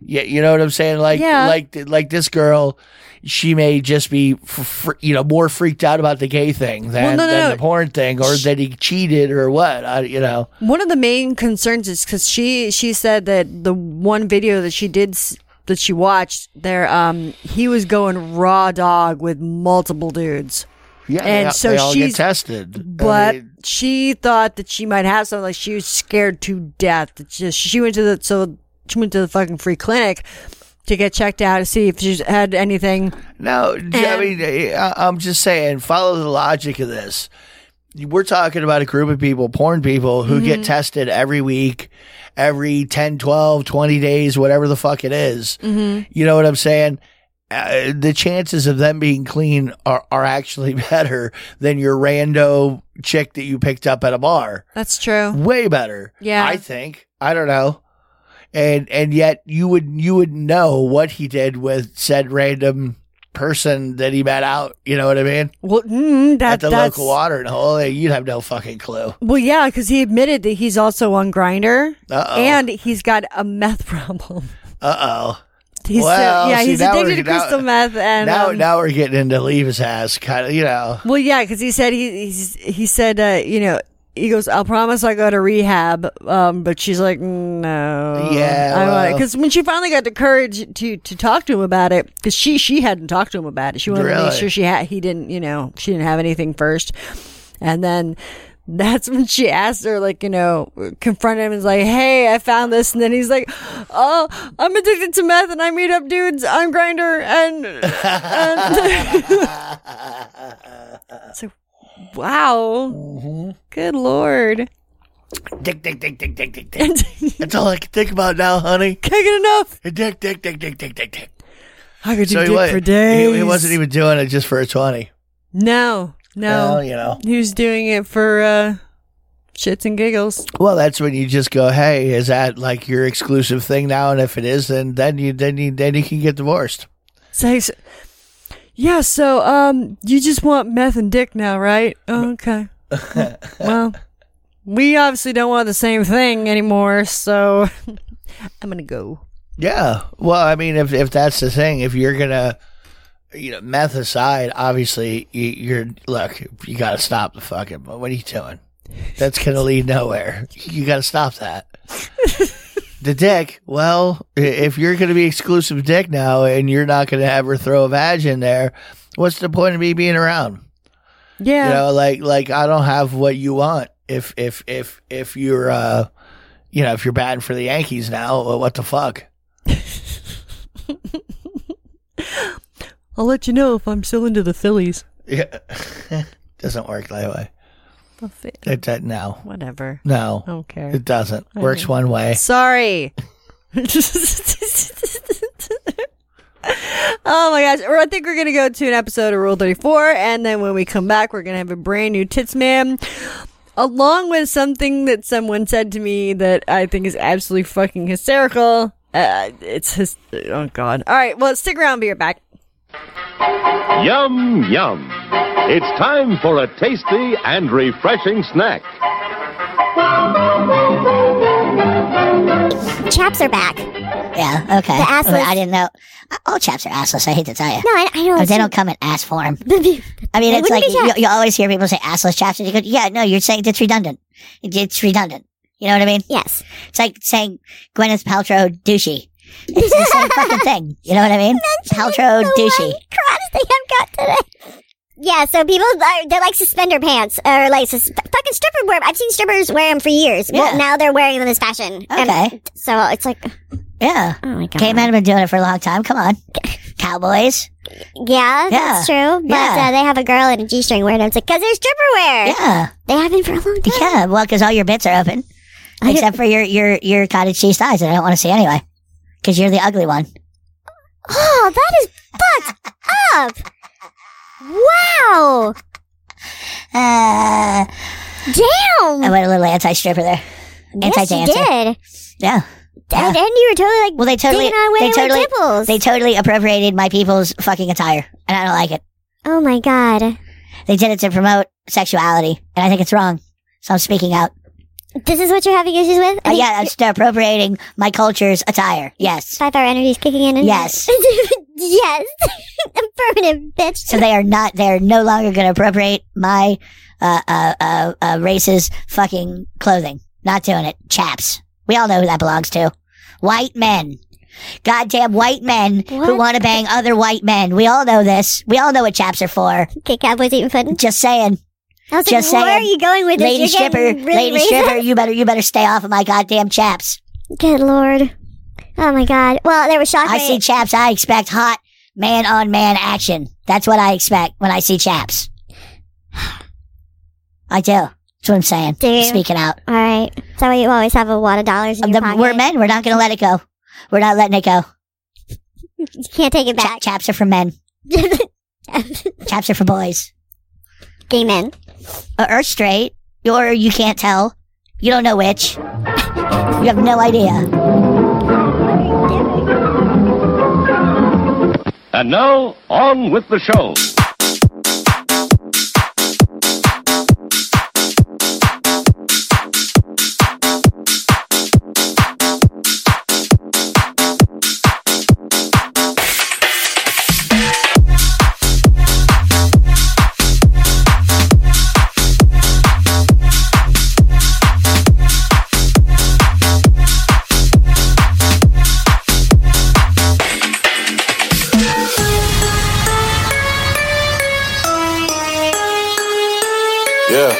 [SPEAKER 7] Yeah, you know what I'm saying. Like,
[SPEAKER 6] Yeah.
[SPEAKER 7] like, like this girl, she may just be, f- fr- you know, more freaked out about the gay thing than,
[SPEAKER 6] Well, no, no,
[SPEAKER 7] than
[SPEAKER 6] no.
[SPEAKER 7] the porn thing, or that he cheated, or what. I, you know,
[SPEAKER 6] One of the main concerns is because she she said that the one video that she did s- that she watched there, um, he was going raw dog with multiple dudes.
[SPEAKER 7] yeah.
[SPEAKER 6] And
[SPEAKER 7] they,
[SPEAKER 6] so
[SPEAKER 7] they all
[SPEAKER 6] she's-
[SPEAKER 7] get tested, I
[SPEAKER 6] But
[SPEAKER 7] mean,
[SPEAKER 6] she thought that she might have something. Like she was scared to death. It's Just she went to the so she went to the fucking free clinic to get checked out to see if she had anything.
[SPEAKER 7] No, j- I mean, eh, I- I'm just saying, follow the logic of this. We're talking about a group of people, porn people, who get tested every week, every 10, 12, 20 days, whatever the fuck it is. You know what I'm saying? uh, the chances of them being clean are, are actually better than your rando chick that you picked up at a bar.
[SPEAKER 6] That's true.
[SPEAKER 7] Way better.
[SPEAKER 6] Yeah.
[SPEAKER 7] I think. I don't know. And and yet you would you would know what he did with said random person that he met out, you know what I mean?
[SPEAKER 6] Well, mm, that,
[SPEAKER 7] at the
[SPEAKER 6] that's
[SPEAKER 7] local watering hole, you'd have no fucking clue.
[SPEAKER 6] well, yeah, because he admitted that he's also on Grinder
[SPEAKER 7] Uh-oh.
[SPEAKER 6] and he's got a meth problem.
[SPEAKER 7] Uh oh.
[SPEAKER 6] He's
[SPEAKER 7] Well,
[SPEAKER 6] yeah,
[SPEAKER 7] see,
[SPEAKER 6] he's
[SPEAKER 7] now we're-
[SPEAKER 6] addicted to
[SPEAKER 7] now-
[SPEAKER 6] crystal meth and
[SPEAKER 7] Now
[SPEAKER 6] um,
[SPEAKER 7] now we're getting into Levis ass kind of, you know.
[SPEAKER 6] Well, yeah, because he said he he's, he said uh, you know he goes I'll promise I go to rehab, um, but she's like no,
[SPEAKER 7] Yeah,
[SPEAKER 6] I want
[SPEAKER 7] well.
[SPEAKER 6] because when she finally got the courage to to talk to him about it, because she she hadn't talked to him about it, she wanted to make
[SPEAKER 7] Really?
[SPEAKER 6] sure she had he didn't you know she didn't have anything first, and then. That's when she asked her, like, you know, confronted him and was like, Hey, I found this. And then he's like, Oh, I'm addicted to meth and I meet up dudes on Grinder. And, and it's like, Wow.
[SPEAKER 7] Mm-hmm.
[SPEAKER 6] Good lord.
[SPEAKER 7] Dick dick dick dick dick dick dick.
[SPEAKER 6] Can't
[SPEAKER 7] That's all I can think about now, honey.
[SPEAKER 6] get enough.
[SPEAKER 7] Dick dick dick dick dick dick dick.
[SPEAKER 6] I could do dick
[SPEAKER 7] wa-
[SPEAKER 6] for days.
[SPEAKER 7] he- he wasn't even doing it just for a twenty.
[SPEAKER 6] No, no.
[SPEAKER 7] Well, you know.
[SPEAKER 6] He was doing it for uh, shits and giggles.
[SPEAKER 7] Well, that's when you just go, "Hey, is that like your exclusive thing now?" And if it is, then then you then you then you can get divorced.
[SPEAKER 6] So he's- yeah. So um, you just want meth and dick now, right? Oh, okay. well, we obviously don't want the same thing anymore. So I'm gonna go.
[SPEAKER 7] Yeah. Well, I mean, if if that's the thing, if you're gonna, you know, meth aside, obviously you, you're look, you got to stop the fucking. But what are you doing? That's gonna lead nowhere. You got to stop that. the dick. Well, i- if you're gonna be exclusive dick now, and you're not gonna ever throw a vag in there, what's the point of me being around?
[SPEAKER 6] Yeah.
[SPEAKER 7] you know like like i don't have what you want if if if if you're uh you know if you're batting for the yankees now well, what the fuck
[SPEAKER 6] I'll let you know if I'm still into the Phillies.
[SPEAKER 7] yeah. doesn't work that way it, that, no
[SPEAKER 6] Whatever.
[SPEAKER 7] no
[SPEAKER 6] I don't care.
[SPEAKER 7] it doesn't works one way
[SPEAKER 6] Sorry. oh Oh my gosh. Or I think we're going to go to an episode of Rule 34. And then when we come back, we're going to have a brand new Tits Man. Along with something that someone said to me that I think is absolutely fucking hysterical. Uh, it's his. Oh, God. All right. Well, stick around. Be right back.
[SPEAKER 8] Yum, yum. It's time for a tasty and refreshing snack.
[SPEAKER 9] Chaps are back. No,
[SPEAKER 10] Yeah, okay.
[SPEAKER 9] The assless-
[SPEAKER 10] I didn't know. All chaps are assless. I hate to tell you.
[SPEAKER 9] I, I know.
[SPEAKER 10] Or
[SPEAKER 9] it's-
[SPEAKER 10] they don't come in ass form. I mean,
[SPEAKER 9] They
[SPEAKER 10] it's
[SPEAKER 9] wouldn't
[SPEAKER 10] like
[SPEAKER 9] be
[SPEAKER 10] you,
[SPEAKER 9] chaps.
[SPEAKER 10] you always hear people say assless chaps, and you go, "Yeah, no, you're saying it's redundant. It- It's redundant." You know what I mean?
[SPEAKER 9] Yes.
[SPEAKER 10] It's like saying Gwyneth Paltrow douchey. It's the same fucking thing. You know what I mean? Paltrow
[SPEAKER 9] The
[SPEAKER 10] douchey.
[SPEAKER 9] one Karate thing I've got today. Yeah, so people are, they like suspender pants or like sus- fucking stripper wear. 'em. I've seen strippers wear them for years.
[SPEAKER 10] Yeah.
[SPEAKER 9] Well, now they're wearing them as fashion. And
[SPEAKER 10] Okay.
[SPEAKER 9] so it's like,
[SPEAKER 10] Yeah.
[SPEAKER 9] oh my god.
[SPEAKER 10] Gay men have been doing it for a long time. Come on, cowboys.
[SPEAKER 9] Yeah, that's true. But
[SPEAKER 10] Yeah.
[SPEAKER 9] uh, they have a girl in a g-string wearing them. It's like because they're stripper wear.
[SPEAKER 10] Yeah,
[SPEAKER 9] They have been for a long time.
[SPEAKER 10] yeah. Well, because all your bits are open, except for your your your cottage cheese thighs that I don't want to see anyway, because you're the ugly one.
[SPEAKER 9] Oh, that is fucked up. Wow.
[SPEAKER 10] Uh, I
[SPEAKER 9] Damn.
[SPEAKER 10] went a little anti-stripper there.
[SPEAKER 9] yes, you
[SPEAKER 10] anti-dancer.
[SPEAKER 9] did.
[SPEAKER 10] Yeah. Yeah.
[SPEAKER 9] And, and you were totally like
[SPEAKER 10] Well, they totally,
[SPEAKER 9] digging away
[SPEAKER 10] they
[SPEAKER 9] with
[SPEAKER 10] totally,
[SPEAKER 9] nipples.
[SPEAKER 10] they totally appropriated my people's fucking attire, and I don't like it.
[SPEAKER 9] Oh my god.
[SPEAKER 10] They did it to promote sexuality, and I think it's wrong. So I'm speaking out.
[SPEAKER 9] This is what you're having issues with?
[SPEAKER 10] Uh, yeah, I'm just appropriating my culture's attire. Yes.
[SPEAKER 9] Five hour energy is kicking in. And
[SPEAKER 10] Yes.
[SPEAKER 9] yes. Affirmative, bitch.
[SPEAKER 10] So they are not. They are no longer going to appropriate my uh, uh, uh, uh, race's fucking clothing. Not doing it, chaps. We all know who that belongs to. White men. Goddamn white men who
[SPEAKER 9] What?
[SPEAKER 10] want to bang other white men. We all know this. We all know what chaps are for.
[SPEAKER 9] okay, cowboys eating foot.
[SPEAKER 10] Just saying,
[SPEAKER 9] I was
[SPEAKER 10] just
[SPEAKER 9] like, where
[SPEAKER 10] saying.
[SPEAKER 9] are you going with this?
[SPEAKER 10] lady
[SPEAKER 9] You're
[SPEAKER 10] stripper,
[SPEAKER 9] getting really
[SPEAKER 10] lady
[SPEAKER 9] racist.
[SPEAKER 10] stripper, you better, you better stay off of my goddamn chaps.
[SPEAKER 9] Good lord. Oh my god. Well, there was shock
[SPEAKER 10] I see
[SPEAKER 9] wave.
[SPEAKER 10] chaps. I expect hot man on man action. That's what I expect when I see chaps. I do. That's what I'm saying.
[SPEAKER 9] Do you?
[SPEAKER 10] Speaking out.
[SPEAKER 9] All right. So you always have a wad of dollars in your
[SPEAKER 10] The-
[SPEAKER 9] pocket.
[SPEAKER 10] we're men. We're not going to let it go. We're not letting it go.
[SPEAKER 9] You can't take it back.
[SPEAKER 10] Chaps are for men. Chaps are for boys.
[SPEAKER 9] Gay men.
[SPEAKER 10] Or, or straight. Or you can't tell. You don't know which. You have no idea.
[SPEAKER 8] And now, on with the show.
[SPEAKER 11] Yeah.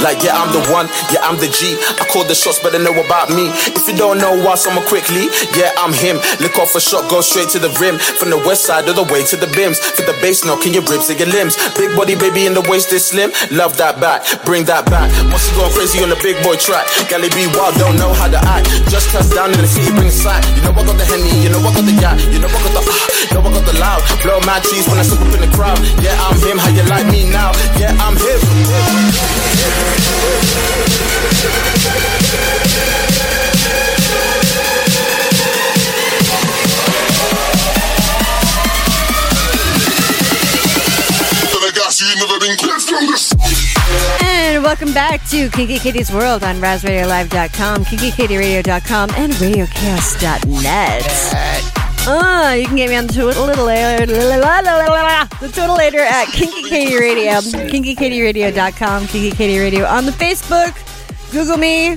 [SPEAKER 11] Like, yeah, I'm the one, yeah, I'm the G. I call the shots, better know about me. If you don't know why, someone quickly, yeah, I'm him. Lick off a shot, go straight to the rim. From the west side all the way to the bims. For the base, knocking your ribs and your limbs. Big body, baby, in the waist is slim. Love that back, bring that back. Must have gone crazy on the big boy track. Gally be wild, don't know how to act. Just cast down in the city, bring the sight. You know I got the henny, you know I got the yacht. You know I got the, ah, you know I got the loud. Blow my cheese when I step up in the crowd. Yeah, I'm him, how you like me now? Yeah, I'm him.
[SPEAKER 6] And welcome back to Kinky Katie's World on RazRadioLive.com, KinkyKatieRadio.com, and RadioChaos.net. Ah, you can get me on the Twitter, the Twitter later at Kinky Katie Radio, KinkyKatieRadio.com, Kinky Katie Radio on the Facebook. Google me.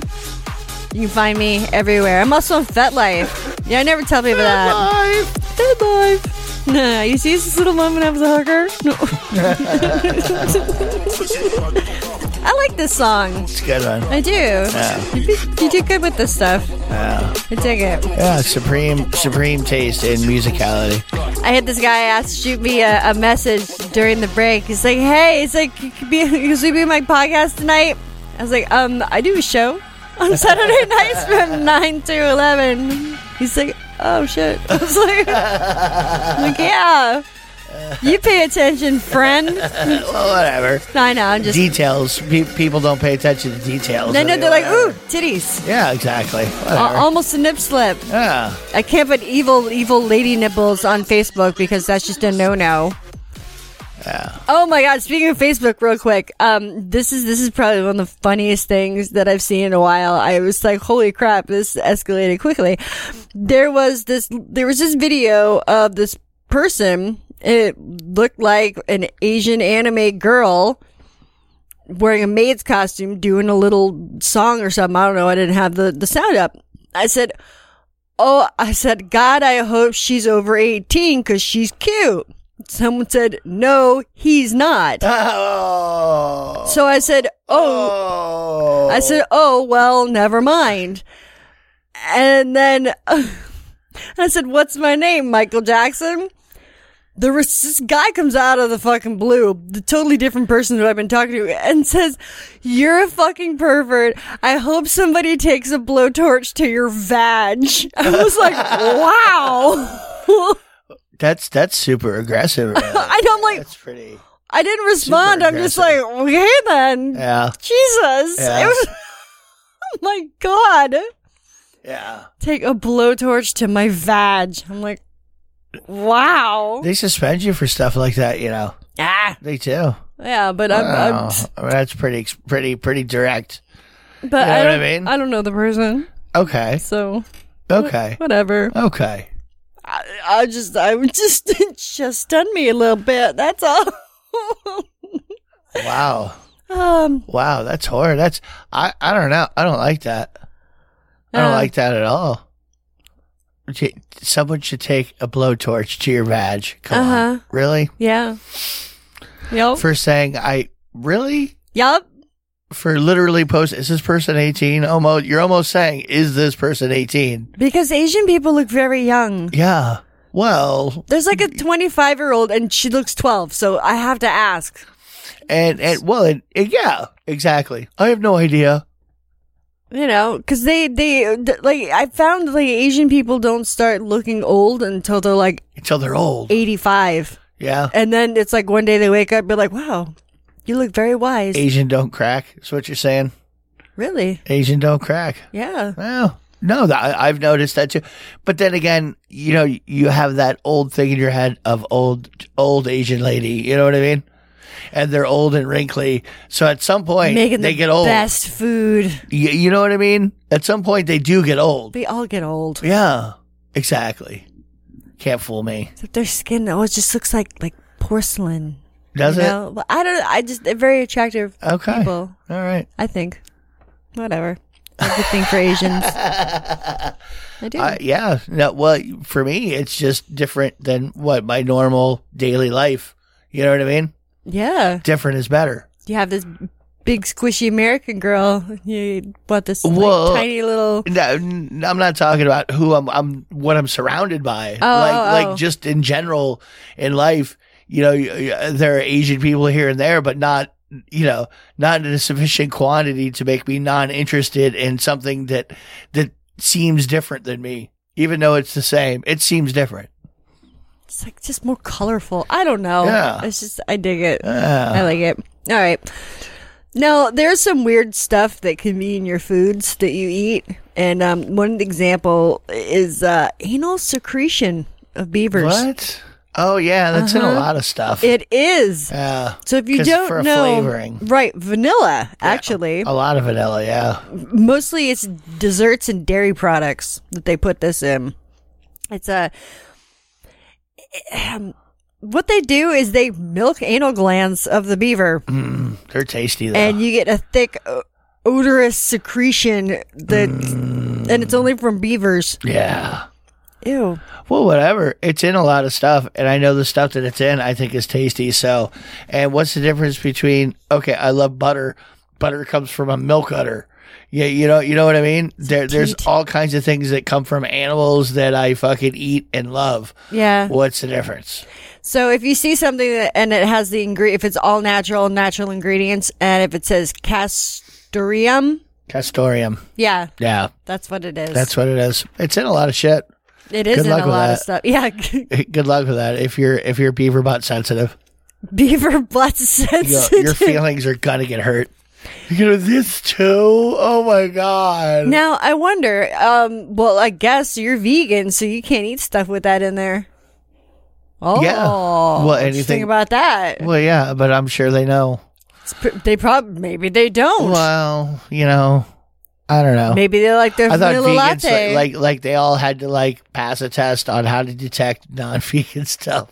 [SPEAKER 6] You can find me everywhere. I'm also on FetLife. Yeah, I never tell people that. FetLife. FetLife. Nah, you see this little mom when I was a hooker? No. I like this song.
[SPEAKER 7] It's a good one.
[SPEAKER 6] I do.
[SPEAKER 7] Yeah.
[SPEAKER 6] You, you do good with this stuff.
[SPEAKER 7] Yeah.
[SPEAKER 6] I dig it.
[SPEAKER 7] Yeah, supreme, supreme taste in musicality.
[SPEAKER 6] I had this guy ask shoot me a, a message during the break. He's like, "Hey, it's like you could be you should be on my podcast tonight." I was like, "Um, I do a show on Saturday nights from nine to 11. He's like, "Oh shit!" I was like, I'm like, "Yeah." You pay attention, friend.
[SPEAKER 7] well, whatever.
[SPEAKER 6] I know. I'm just.
[SPEAKER 7] details. Pe- people don't pay attention to details.
[SPEAKER 6] No, no, they're like, ooh, titties.
[SPEAKER 7] Yeah, exactly.
[SPEAKER 6] Al-
[SPEAKER 7] Whatever.
[SPEAKER 6] almost a nip slip.
[SPEAKER 7] yeah.
[SPEAKER 6] I can't put evil, evil lady nipples on Facebook because that's just a no no. Oh my god! Speaking of Facebook, real quick, um, this is this is probably one of the funniest things that I've seen in a while. I was like, "Holy crap!" This escalated quickly. There was this there was this video of this person. It looked like an Asian anime girl wearing a maid's costume doing a little song or something. I don't know. I didn't have the, the sound up. I said, Oh, I said, God, I hope she's over 18 because she's cute. Someone said, No, he's not. So I said, Oh, I said, Oh, well, never mind. And then I said, What's my name? Michael Jackson? the re- this guy comes out of the fucking blue, the totally different person who I've been talking to, and says, "You're a fucking pervert. I hope somebody takes a blowtorch to your vag." I was like, "Wow."
[SPEAKER 7] That's that's super aggressive. really.
[SPEAKER 6] I don't like. That's
[SPEAKER 7] pretty.
[SPEAKER 6] I didn't respond. I'm just like, okay then.
[SPEAKER 7] Yeah.
[SPEAKER 6] Jesus.
[SPEAKER 7] Yeah.
[SPEAKER 6] It was. oh my god.
[SPEAKER 7] Yeah.
[SPEAKER 6] Take a blowtorch to my vag. I'm like, wow.
[SPEAKER 7] They suspend you for stuff like that, you know.
[SPEAKER 6] Ah.
[SPEAKER 7] They do.
[SPEAKER 6] Yeah, but I'm.
[SPEAKER 7] Wow.
[SPEAKER 6] I'm
[SPEAKER 7] I mean, that's pretty, ex- pretty, pretty direct.
[SPEAKER 6] But
[SPEAKER 7] You know
[SPEAKER 6] I
[SPEAKER 7] what I
[SPEAKER 6] don't,
[SPEAKER 7] mean?
[SPEAKER 6] I don't know the person,
[SPEAKER 7] Okay.
[SPEAKER 6] so
[SPEAKER 7] Okay.
[SPEAKER 6] whatever.
[SPEAKER 7] Okay.
[SPEAKER 6] I, I just, I would just, it just stunned me a little bit. That's all.
[SPEAKER 7] Wow.
[SPEAKER 6] Um,
[SPEAKER 7] Wow. That's horror. That's I. I don't know. I don't like that. I don't
[SPEAKER 6] Uh.
[SPEAKER 7] like that at all. J- Someone should take a blowtorch to your badge. Come
[SPEAKER 6] Uh-huh.
[SPEAKER 7] on. Really?
[SPEAKER 6] yeah. Yep.
[SPEAKER 7] For saying I really
[SPEAKER 6] yep.
[SPEAKER 7] for literally post is this person 18 almost you're almost saying is this person 18
[SPEAKER 6] Because Asian people look very young.
[SPEAKER 7] yeah well
[SPEAKER 6] There's like a 25 year old, and she looks 12, so I have to ask.
[SPEAKER 7] and and well and, and yeah exactly i have no idea
[SPEAKER 6] You know, because they they th- like I found like Asian people don't start looking old until they're like
[SPEAKER 7] until they're old
[SPEAKER 6] eighty five,
[SPEAKER 7] Yeah.
[SPEAKER 6] and then it's like one day they wake up, be like, wow, you look very wise.
[SPEAKER 7] Asian don't crack. Is what you're saying.
[SPEAKER 6] Really?
[SPEAKER 7] Asian don't crack.
[SPEAKER 6] Yeah.
[SPEAKER 7] Well, no, th- I, I've noticed that too. But then again, you know, you have that old thing in your head of old, old Asian lady. You know what I mean? And they're old and wrinkly. So at some point,
[SPEAKER 6] Making
[SPEAKER 7] they
[SPEAKER 6] the
[SPEAKER 7] get old.
[SPEAKER 6] best food.
[SPEAKER 7] You, you know what I mean? At some point, they do get old.
[SPEAKER 6] They all get old.
[SPEAKER 7] Yeah, exactly. Can't fool me.
[SPEAKER 6] Except their skin always just looks like like porcelain.
[SPEAKER 7] Does
[SPEAKER 6] you
[SPEAKER 7] it?
[SPEAKER 6] know? But I don't. I just they're very attractive.
[SPEAKER 7] Okay.
[SPEAKER 6] People.
[SPEAKER 7] All right.
[SPEAKER 6] I think. Whatever. I have a thing for Asians. I do.
[SPEAKER 7] I, yeah. No, well, for me, it's just different than what my normal daily life. You know what I mean?
[SPEAKER 6] yeah.
[SPEAKER 7] Different is better.
[SPEAKER 6] You have this big squishy American girl. You bought this like,
[SPEAKER 7] Well,
[SPEAKER 6] tiny little.
[SPEAKER 7] No, n- I'm not talking about who I'm, I'm what I'm surrounded by.
[SPEAKER 6] Oh,
[SPEAKER 7] like,
[SPEAKER 6] oh, oh.
[SPEAKER 7] like just in general in life, you know, y- y- there are Asian people here and there, but not, you know, not in a sufficient quantity to make me non-interested in something that that seems different than me, even though it's the same. It seems different.
[SPEAKER 6] It's like just more colorful. I don't know.
[SPEAKER 7] Yeah.
[SPEAKER 6] It's just I dig it.
[SPEAKER 7] Yeah.
[SPEAKER 6] I like it. All right. Now there's some weird stuff that can be in your foods that you eat, and um, one example is uh, anal secretion of beavers.
[SPEAKER 7] What? Oh yeah, that's in
[SPEAKER 6] Uh-huh.
[SPEAKER 7] a lot of stuff.
[SPEAKER 6] It is.
[SPEAKER 7] Yeah.
[SPEAKER 6] So if you
[SPEAKER 7] 'Cause
[SPEAKER 6] don't
[SPEAKER 7] for
[SPEAKER 6] know,
[SPEAKER 7] flavoring,
[SPEAKER 6] right? Vanilla, actually.
[SPEAKER 7] a lot of vanilla. Yeah.
[SPEAKER 6] mostly it's desserts and dairy products that they put this in. It's a what they do is they milk anal glands of the beaver,
[SPEAKER 7] Mm, they're tasty though.
[SPEAKER 6] and you get a thick, o- odorous secretion that,
[SPEAKER 7] Mm.
[SPEAKER 6] and it's only from beavers.
[SPEAKER 7] yeah.
[SPEAKER 6] Ew.
[SPEAKER 7] Well, whatever. It's in a lot of stuff, and I know the stuff that it's in. I think is tasty. So, and what's the difference between? Okay, I love butter. Butter comes from a milk udder. Yeah, you know, you know what I mean. There, there's
[SPEAKER 6] Teat.
[SPEAKER 7] all kinds of things that come from animals that I fucking eat and love.
[SPEAKER 6] Yeah.
[SPEAKER 7] What's the difference?
[SPEAKER 6] So if you see something that, and it has the ingredient, if it's all natural, natural ingredients, and if it says castoreum,
[SPEAKER 7] Castorium.
[SPEAKER 6] yeah,
[SPEAKER 7] Yeah,
[SPEAKER 6] that's what it is.
[SPEAKER 7] that's what it is. It's in a lot of shit.
[SPEAKER 6] it is
[SPEAKER 7] good
[SPEAKER 6] in
[SPEAKER 7] luck
[SPEAKER 6] a
[SPEAKER 7] with
[SPEAKER 6] lot of
[SPEAKER 7] that.
[SPEAKER 6] stuff. Yeah,
[SPEAKER 7] Good luck with that. If you're if you're beaver butt sensitive,
[SPEAKER 6] beaver butt
[SPEAKER 7] you
[SPEAKER 6] sensitive.
[SPEAKER 7] your feelings are gonna get hurt. You know this too. Oh my god.
[SPEAKER 6] Now I wonder. Um, well, I guess you're vegan, so you can't eat stuff with that in there. Oh,
[SPEAKER 7] Yeah. Well,
[SPEAKER 6] what do you
[SPEAKER 7] anything-
[SPEAKER 6] think about that?
[SPEAKER 7] Well, yeah, but I'm sure they know.
[SPEAKER 6] It's pr- they probably maybe they don't.
[SPEAKER 7] Well, you know, I don't know.
[SPEAKER 6] Maybe they like their
[SPEAKER 7] I thought
[SPEAKER 6] vanilla
[SPEAKER 7] vegans
[SPEAKER 6] latte.
[SPEAKER 7] like, like like they all had to like pass a test on how to detect non-vegan stuff.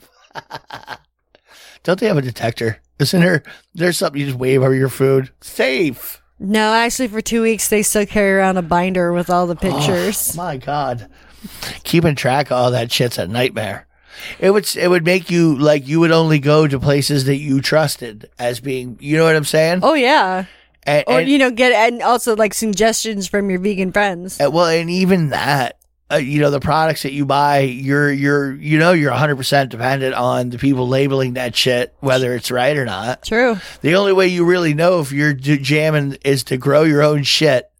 [SPEAKER 7] don't they have a detector? Isn't there there's something you just wave over your food? Safe.
[SPEAKER 6] no, actually, for two weeks they still carry around a binder with all the pictures.
[SPEAKER 7] Oh, My God, keeping track of all that shit's a nightmare. It would it would make you like you would only go to places that you trusted as being. You know what I'm saying?
[SPEAKER 6] Oh, yeah,
[SPEAKER 7] and,
[SPEAKER 6] or
[SPEAKER 7] and-
[SPEAKER 6] you know, get and also like suggestions from your vegan friends.
[SPEAKER 7] and- well, and even that. Uh, you know the products that you buy you're you're you know you're 100% dependent on the people labeling that shit whether it's right or not
[SPEAKER 6] True.
[SPEAKER 7] the only way you really know if you're j- jamming is to grow your own shit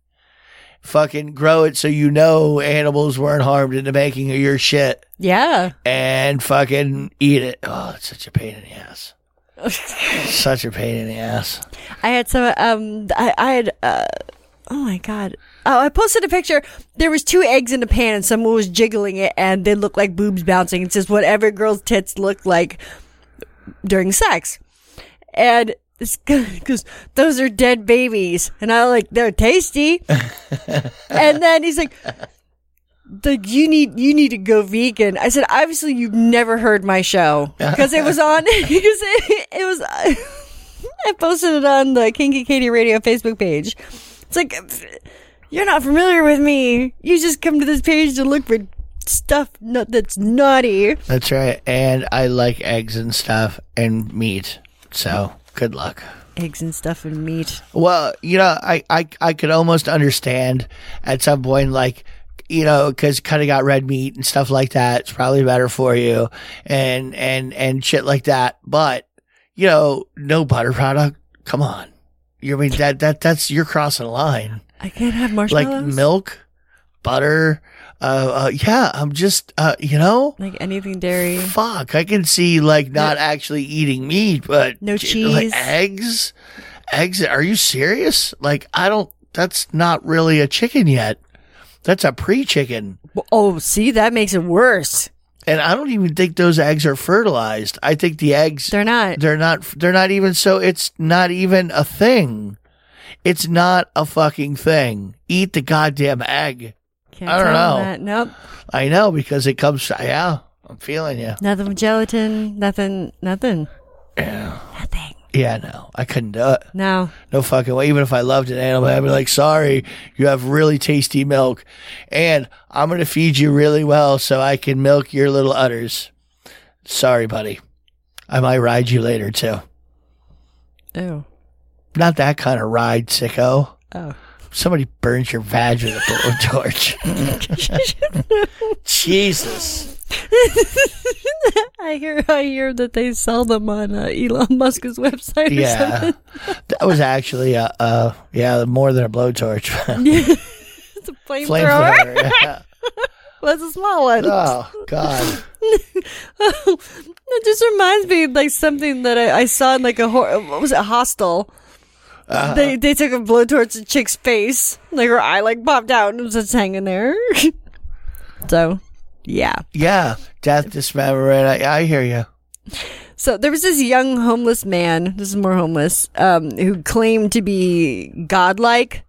[SPEAKER 7] fucking grow it so you know animals weren't harmed in the making of your shit
[SPEAKER 6] Yeah.
[SPEAKER 7] and fucking eat it. Oh, it's such a pain in the ass. such a pain in the ass.
[SPEAKER 6] I had some. Um, I, I had. Uh, oh my god! Oh, I posted a picture. There was two eggs in a pan, and someone was jiggling it, and they looked like boobs bouncing. It says whatever girls' tits look like during sex, and this guy goes, "Those are dead babies," and I like they're tasty. and then he's like. Like you need you need to go vegan. I said obviously you've never heard my show because it was on because it, it was I posted it on the Kinky Katie Radio Facebook page. It's like, you're not familiar with me. You just come to this page to look for stuff no- that's naughty.
[SPEAKER 7] That's right. And I like eggs and stuff and meat. So good luck.
[SPEAKER 6] Eggs and stuff and meat.
[SPEAKER 7] Well, you know, I, I, I could almost understand at some point, like, you know, because cutting out red meat and stuff like that is probably better for you and, and, and shit like that. But, you know, no butter product. Come on. You mean that, that, that's, you're crossing a line.
[SPEAKER 6] I can't have
[SPEAKER 7] like
[SPEAKER 6] marshmallows?
[SPEAKER 7] milk, butter. Uh, uh, yeah, I'm just, uh, you know,
[SPEAKER 6] Like anything dairy.
[SPEAKER 7] Fuck, I can see like not actually eating meat, but
[SPEAKER 6] No
[SPEAKER 7] j- like,
[SPEAKER 6] cheese.
[SPEAKER 7] eggs, eggs. Are you serious? Like, I don't. That's not really a chicken yet. That's a pre-chicken.
[SPEAKER 6] Oh, see, that makes it worse.
[SPEAKER 7] And I don't even think those eggs are fertilized. I think the eggs
[SPEAKER 6] They're not.
[SPEAKER 7] They're not. They're not even. So it's not even a thing. It's not a fucking thing. Eat the goddamn egg.
[SPEAKER 6] Can't
[SPEAKER 7] I don't
[SPEAKER 6] tell
[SPEAKER 7] know.
[SPEAKER 6] That. Nope.
[SPEAKER 7] I know because it comes. Yeah, I'm feeling you.
[SPEAKER 6] Nothing with gelatin. Nothing. Nothing.
[SPEAKER 7] Yeah, no, I couldn't do it.
[SPEAKER 6] No.
[SPEAKER 7] No fucking way. Even if I loved an animal, I'd be like, sorry, you have really tasty milk, and I'm gonna feed you really well so I can milk your little udders. Sorry, buddy. I might ride you later too.
[SPEAKER 6] Ew.
[SPEAKER 7] Not that kind of ride, sicko.
[SPEAKER 6] Oh.
[SPEAKER 7] Somebody burns your vag with a blowtorch. Jesus.
[SPEAKER 6] I hear. I hear that they sell them on uh, Elon Musk's website. Or
[SPEAKER 7] Yeah.
[SPEAKER 6] Something.
[SPEAKER 7] That was actually a, uh, yeah, more than a blowtorch.
[SPEAKER 6] It's a flamethrower.
[SPEAKER 7] Flamethrower. yeah.
[SPEAKER 6] Well, it's a small one.
[SPEAKER 7] Oh, God.
[SPEAKER 6] It just reminds me of, like something that I, I saw in like a hor- what was it Hostel.
[SPEAKER 7] Uh-huh.
[SPEAKER 6] They they took a blowtorch to chick's face, like her eye like popped out and it was just hanging there. so, yeah.
[SPEAKER 7] Yeah. Death dismemberment. I, I hear you.
[SPEAKER 6] So there was this young homeless man. This is more homeless. Um, who claimed to be godlike.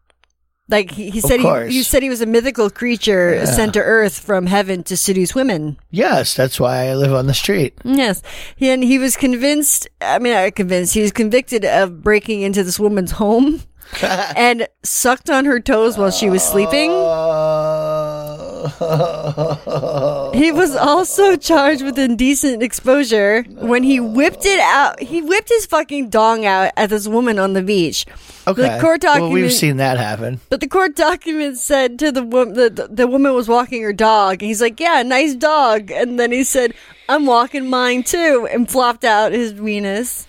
[SPEAKER 6] Like he, he
[SPEAKER 7] Of
[SPEAKER 6] said, he,
[SPEAKER 7] course.
[SPEAKER 6] he said he was a mythical creature
[SPEAKER 7] Yeah.
[SPEAKER 6] sent to Earth from heaven to seduce women.
[SPEAKER 7] Yes, that's why I live on the street.
[SPEAKER 6] Yes. He, and he was convinced, I mean, not convinced, he was convicted of breaking into this woman's home and sucked on her toes while she was sleeping.
[SPEAKER 7] Uh,
[SPEAKER 6] He was also charged with indecent exposure when he whipped it out. He whipped his fucking dong out at this woman on the beach.
[SPEAKER 7] Okay.
[SPEAKER 6] The court
[SPEAKER 7] well,
[SPEAKER 6] document,
[SPEAKER 7] we've seen that happen.
[SPEAKER 6] But the court document said to the woman that the, the woman was walking her dog, and he's like, "Yeah, nice dog." And then he said, "I'm walking mine too," and flopped out his Venus.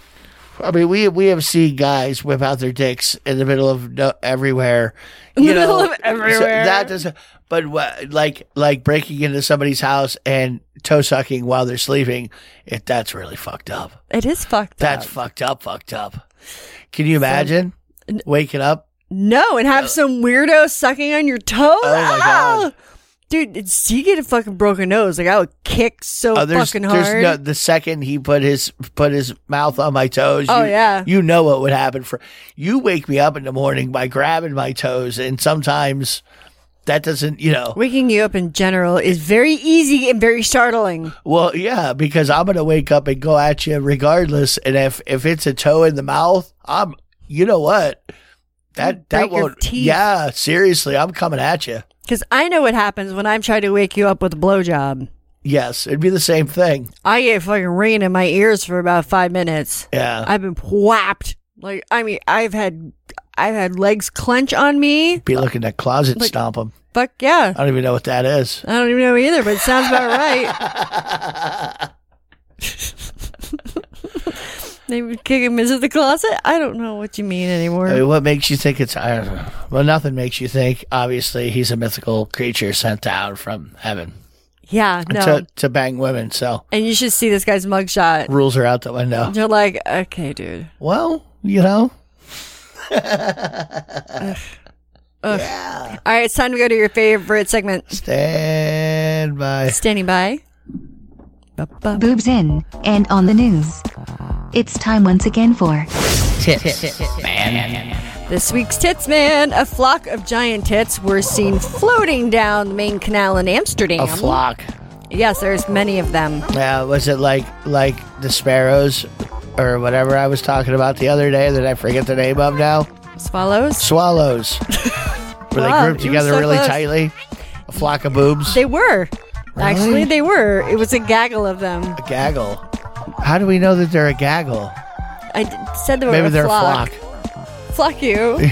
[SPEAKER 7] I mean, we we have seen guys whip out their dicks in the middle of no, everywhere.
[SPEAKER 6] In
[SPEAKER 7] You
[SPEAKER 6] the middle
[SPEAKER 7] know,
[SPEAKER 6] of everywhere.
[SPEAKER 7] that doesn't. But wha- like like breaking into somebody's house and toe sucking while they're sleeping, it that's really fucked up.
[SPEAKER 6] It is fucked
[SPEAKER 7] That's
[SPEAKER 6] up.
[SPEAKER 7] fucked up. Fucked up. Can you imagine waking up?
[SPEAKER 6] No, and have some weirdo sucking on your toe.
[SPEAKER 7] Oh my God.
[SPEAKER 6] Dude, it's, you get a fucking broken nose. Like I would kick so
[SPEAKER 7] Oh, there's,
[SPEAKER 6] fucking
[SPEAKER 7] there's
[SPEAKER 6] hard.
[SPEAKER 7] no- the second he put his put his mouth on my toes.
[SPEAKER 6] Oh,
[SPEAKER 7] you,
[SPEAKER 6] yeah.
[SPEAKER 7] you know what would happen. For you wake me up in the morning by grabbing my toes, and sometimes that doesn't. You know,
[SPEAKER 6] Waking you up in general is very easy and very startling.
[SPEAKER 7] well, yeah, because I'm gonna wake up and go at you regardless. And if if it's a toe in the mouth, I'm. You know what? That that
[SPEAKER 6] break your
[SPEAKER 7] won't.
[SPEAKER 6] teeth.
[SPEAKER 7] Yeah, seriously, I'm coming at you.
[SPEAKER 6] Because I know what happens when I'm trying to wake you up with a blowjob.
[SPEAKER 7] Yes, it'd be the same thing.
[SPEAKER 6] I get fucking ringing in my ears for about five minutes.
[SPEAKER 7] Yeah,
[SPEAKER 6] I've been whapped. Like I mean, I've had, I've had legs clench on me.
[SPEAKER 7] be looking to closet
[SPEAKER 6] Like-
[SPEAKER 7] stomp him.
[SPEAKER 6] Fuck yeah.
[SPEAKER 7] I don't even know what that is.
[SPEAKER 6] I don't even know either, but it sounds about right. Maybe kick him into the closet. I don't know what you mean anymore.
[SPEAKER 7] I mean, what makes you think it's? I don't know. Well, nothing makes you think. Obviously, he's a mythical creature sent down from heaven
[SPEAKER 6] yeah, no.
[SPEAKER 7] to to bang women. So
[SPEAKER 6] and you should see this guy's mugshot.
[SPEAKER 7] rules are out the window.
[SPEAKER 6] You're like, okay, dude.
[SPEAKER 7] Well, you know,
[SPEAKER 6] All right, it's time to go to your favorite segment.
[SPEAKER 7] stand by.
[SPEAKER 6] Standing by.
[SPEAKER 4] Boobs in and on the news. It's time once again for
[SPEAKER 6] This week's Tits Man. A flock of giant tits were seen floating down the main canal in Amsterdam.
[SPEAKER 7] A flock.
[SPEAKER 6] Yes, there's many of them.
[SPEAKER 7] Yeah, was it like like the sparrows or whatever I was talking about the other day that I forget the name of now?
[SPEAKER 6] Swallows?
[SPEAKER 7] Swallows. Were they
[SPEAKER 6] Wow,
[SPEAKER 7] grouped
[SPEAKER 6] you were
[SPEAKER 7] together
[SPEAKER 6] so
[SPEAKER 7] really
[SPEAKER 6] close.
[SPEAKER 7] tightly? A flock of boobs.
[SPEAKER 6] They were. Actually, they were. It was a gaggle of them.
[SPEAKER 7] a gaggle. How do we know that they're a gaggle?
[SPEAKER 6] I d- said they were
[SPEAKER 7] Maybe
[SPEAKER 6] a
[SPEAKER 7] they're
[SPEAKER 6] flock.
[SPEAKER 7] a flock.
[SPEAKER 6] Flock you.
[SPEAKER 7] Oh,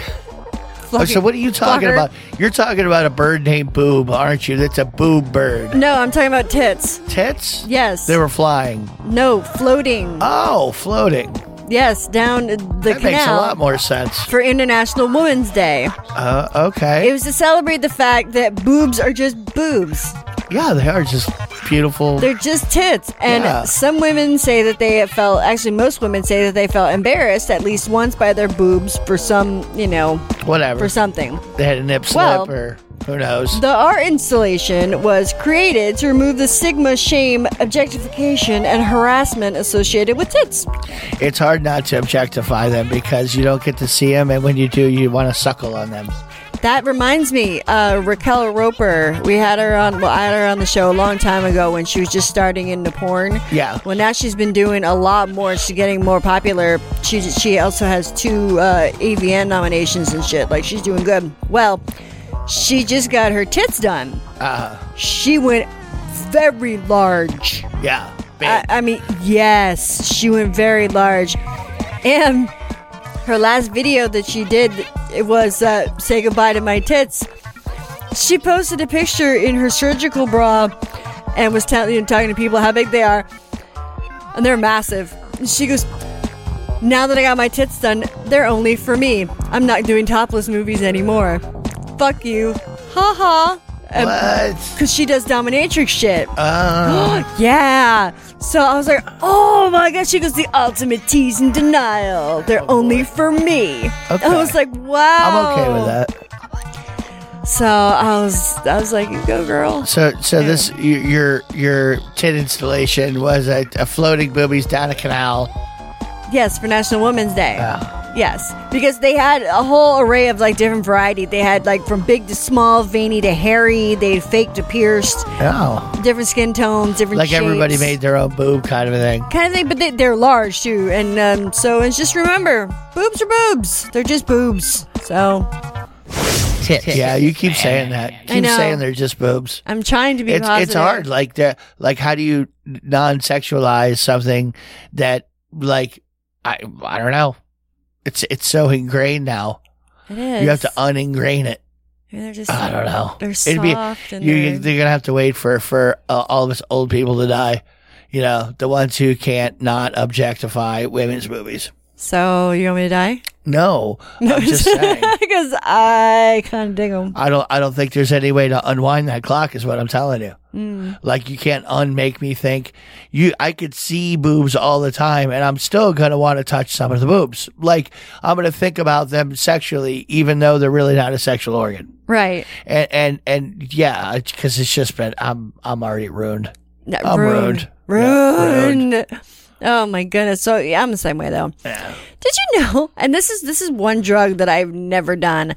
[SPEAKER 6] Flock
[SPEAKER 7] so what are you talking
[SPEAKER 6] Flocker.
[SPEAKER 7] about? You're talking about a bird named Boob, aren't you? That's a boob bird.
[SPEAKER 6] No, I'm talking about tits.
[SPEAKER 7] Tits?
[SPEAKER 6] Yes.
[SPEAKER 7] They were flying.
[SPEAKER 6] No, floating.
[SPEAKER 7] Oh, floating.
[SPEAKER 6] Yes, down the
[SPEAKER 7] Uh, that
[SPEAKER 6] canal
[SPEAKER 7] makes a lot more sense.
[SPEAKER 6] for International Women's Day.
[SPEAKER 7] Uh, okay.
[SPEAKER 6] It was to celebrate the fact that boobs are just boobs.
[SPEAKER 7] yeah, they are just beautiful.
[SPEAKER 6] They're just tits. And
[SPEAKER 7] Yeah.
[SPEAKER 6] some women say that they felt, actually, most women say that they felt embarrassed at least once by their boobs for some, you know,
[SPEAKER 7] Whatever.
[SPEAKER 6] for something.
[SPEAKER 7] They had a nip slip
[SPEAKER 6] Well-
[SPEAKER 7] or who knows.
[SPEAKER 6] The art installation was created to remove the stigma, shame, objectification, and harassment associated with tits.
[SPEAKER 7] it's hard not to objectify them because you don't get to see them, and when you do, you want to suckle on them.
[SPEAKER 6] That reminds me, uh, Raquel Roper. We had her on. Well, I had her on the show a long time ago when she was just starting into porn.
[SPEAKER 7] Yeah.
[SPEAKER 6] Well, now she's been doing a lot more. She's getting more popular. She she also has two uh, AVN nominations and shit. Like she's doing good. Well, she just got her tits done.
[SPEAKER 7] Uh,
[SPEAKER 6] She went very large.
[SPEAKER 7] yeah. big.
[SPEAKER 6] I, I mean, yes, she went very large. And her last video that she did it was uh, say goodbye to my tits. She posted a picture in her surgical bra and was telling you know, talking to people how big they are, and they're massive. And she goes, "Now that I got my tits done, they're only for me. I'm not doing topless movies anymore. Fuck you, ha ha."
[SPEAKER 7] What?
[SPEAKER 6] Because she does dominatrix shit.
[SPEAKER 7] Oh.
[SPEAKER 6] yeah. So I was like, oh my gosh, she goes, the ultimate tease and denial. They're only for me.
[SPEAKER 7] Oh, Okay.
[SPEAKER 6] I was like, wow.
[SPEAKER 7] I'm okay with that.
[SPEAKER 6] So I was, I was like, you go, girl.
[SPEAKER 7] So, so this y- your your tit installation was a, a floating boobies down a canal.
[SPEAKER 6] Yes, for National Women's Day.
[SPEAKER 7] Ah.
[SPEAKER 6] Yes, because they had a whole array of like different variety. They had like from big to small, veiny to hairy. They faked to pierced,
[SPEAKER 7] Oh,
[SPEAKER 6] different skin tones, different
[SPEAKER 7] like everybody
[SPEAKER 6] shapes.
[SPEAKER 7] made their own boob kind of a thing.
[SPEAKER 6] kind of thing. But they, they're large too, and um, so it's just remember, boobs are boobs. They're just boobs. So
[SPEAKER 7] Tits. Yeah, you keep saying that. Keep
[SPEAKER 6] know.
[SPEAKER 7] saying they're just boobs.
[SPEAKER 6] I'm trying to be.
[SPEAKER 7] It's
[SPEAKER 6] positive.
[SPEAKER 7] it's hard. Like they're like how do you non-sexualize something that like I I don't know. It's it's so ingrained now.
[SPEAKER 6] It is.
[SPEAKER 7] You have to un-ingrain it.
[SPEAKER 6] Maybe they're just.
[SPEAKER 7] I don't know.
[SPEAKER 6] They're
[SPEAKER 7] It'd
[SPEAKER 6] soft
[SPEAKER 7] be-
[SPEAKER 6] and
[SPEAKER 7] you,
[SPEAKER 6] they're-
[SPEAKER 7] are gonna have to wait for for uh, all of us old people to die. You know, the ones who can't not objectify women's movies.
[SPEAKER 6] So you want me to die?
[SPEAKER 7] No, I'm just saying.
[SPEAKER 6] because I kind of dig them.
[SPEAKER 7] I don't. I don't think there's any way to unwind that clock. Is what I'm telling you.
[SPEAKER 6] Hmm.
[SPEAKER 7] Like you can't unmake me think. You, I could see boobs all the time, and I'm still gonna want to touch some of the boobs. Like I'm gonna think about them sexually, even though they're really not a sexual organ.
[SPEAKER 6] Right.
[SPEAKER 7] And and and yeah, because it's just been. I'm I'm already ruined.
[SPEAKER 6] No,
[SPEAKER 7] I'm
[SPEAKER 6] ruined.
[SPEAKER 7] ruined. Yeah,
[SPEAKER 6] Ruined. Oh my goodness. So yeah, I'm the same way though. Did you know? And this is this is one drug that I've never done,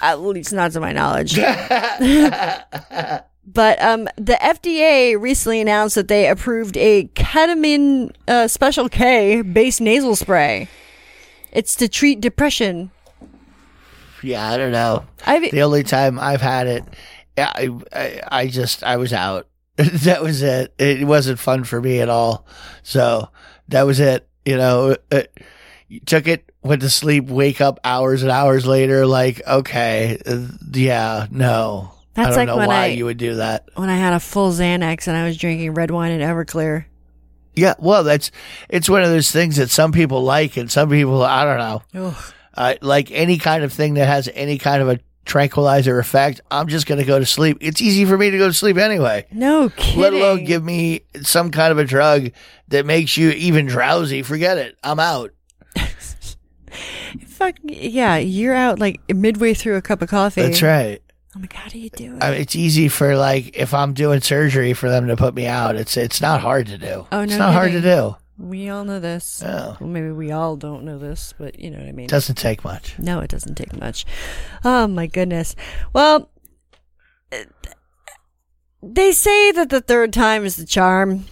[SPEAKER 6] at least not to my knowledge. but um, the FDA recently announced that they approved a ketamine uh, special K based nasal spray. It's to treat depression.
[SPEAKER 7] Yeah, I don't know.
[SPEAKER 6] I've-
[SPEAKER 7] the only time I've had it, I, I, I just I was out. that was it. It wasn't fun for me at all. So that was it. You know, it, you took it, went to sleep, wake up hours and hours later. Like, okay, uh, yeah, no. I
[SPEAKER 6] That's
[SPEAKER 7] don't
[SPEAKER 6] like
[SPEAKER 7] know
[SPEAKER 6] when
[SPEAKER 7] why
[SPEAKER 6] I-
[SPEAKER 7] you would do that.
[SPEAKER 6] When I had a full Xanax and I was drinking red wine and Everclear.
[SPEAKER 7] Yeah, well, that's it's one of those things that some people like and some people I don't know. Uh, like any kind of thing that has any kind of a tranquilizer effect, I'm just going to go to sleep. It's easy for me to go to sleep anyway.
[SPEAKER 6] No kidding.
[SPEAKER 7] Let alone give me some kind of a drug that makes you even drowsy. Forget it. I'm out.
[SPEAKER 6] Fuck yeah, you're out like midway through a cup of coffee.
[SPEAKER 7] That's right.
[SPEAKER 6] Oh my god, how do you do it?
[SPEAKER 7] I mean, it's easy for like if I'm doing surgery for them to put me out. It's it's not hard to do.
[SPEAKER 6] Oh,
[SPEAKER 7] it's
[SPEAKER 6] no
[SPEAKER 7] not hard to
[SPEAKER 6] kidding.
[SPEAKER 7] do.
[SPEAKER 6] we all know this.
[SPEAKER 7] Oh.
[SPEAKER 6] Well, maybe we all don't know this, but you know what I mean.
[SPEAKER 7] It doesn't take much.
[SPEAKER 6] no, it doesn't take much. Oh my goodness. Well, they say that the third time is the charm.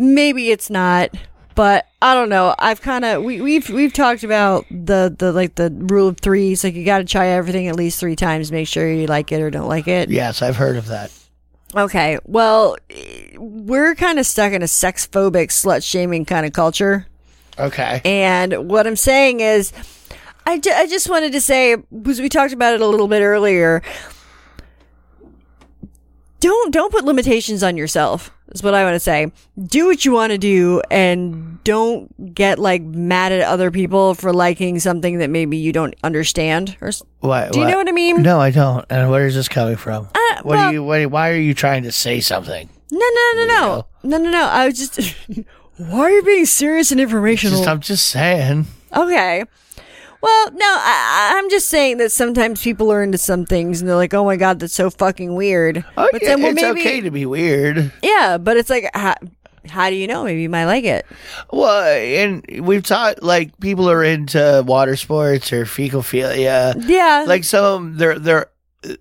[SPEAKER 6] Maybe it's not, but I don't know. I've kind of we, we've we've talked about the the like the rule of threes. Like you got to try everything at least three times. Make sure you like it or don't like it.
[SPEAKER 7] Yes, I've heard of that.
[SPEAKER 6] Okay. Well, eh, we're kind of stuck in a sex phobic, slut shaming kind of culture.
[SPEAKER 7] Okay.
[SPEAKER 6] And what I'm saying is, I, ju- I just wanted to say, because we talked about it a little bit earlier, don't don't put limitations on yourself. Is what I want to say. Do what you want to do, and don't get like mad at other people for liking something that maybe you don't understand. Or s-
[SPEAKER 7] What?
[SPEAKER 6] Do you know what I mean? Uh,
[SPEAKER 7] No, I don't. And where is this coming from? what
[SPEAKER 6] well-
[SPEAKER 7] do you? What, why are you trying to say something?
[SPEAKER 6] no, no, no, no, no, no, no. I was just. Why are you being serious and informational?
[SPEAKER 7] Just, I'm just saying.
[SPEAKER 6] Okay. Well, no, I, I- I'm just saying that sometimes people are into some things and they're like, "Oh my god, that's so fucking weird."
[SPEAKER 7] Oh, yeah, it's okay to be weird.
[SPEAKER 6] Yeah, but it's like, how, how do you know? Maybe you might like it.
[SPEAKER 7] Well, and we've taught like people are into water sports or fecophilia.
[SPEAKER 6] Yeah.
[SPEAKER 7] like some they're they're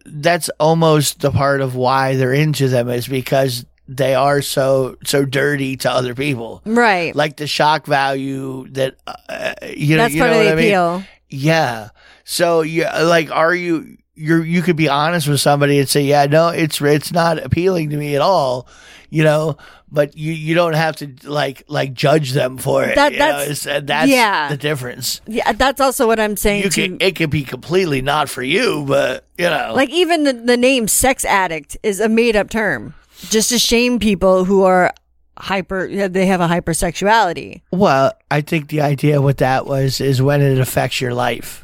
[SPEAKER 7] that's almost the part of why they're into them is because they are so so dirty to other people.
[SPEAKER 6] Right.
[SPEAKER 7] Like the shock value that uh, you know
[SPEAKER 6] That's
[SPEAKER 7] you
[SPEAKER 6] part
[SPEAKER 7] know
[SPEAKER 6] of
[SPEAKER 7] what
[SPEAKER 6] the
[SPEAKER 7] I mean?
[SPEAKER 6] appeal.
[SPEAKER 7] Yeah. So yeah, like, are you? You're, you could be honest with somebody and say, yeah, no, it's it's not appealing to me at all, you know. But you you don't have to like like judge them for it.
[SPEAKER 6] That-
[SPEAKER 7] you know?
[SPEAKER 6] that's-
[SPEAKER 7] It's- uh, that's
[SPEAKER 6] yeah.
[SPEAKER 7] the difference.
[SPEAKER 6] Yeah, that's also what I'm saying
[SPEAKER 7] You
[SPEAKER 6] too.
[SPEAKER 7] can it could be completely not for you, but you know,
[SPEAKER 6] Like even the, the name "sex addict" is a made up term just to shame people who are hyper. They have a hypersexuality.
[SPEAKER 7] Well, I think the idea with that was is when it affects your life.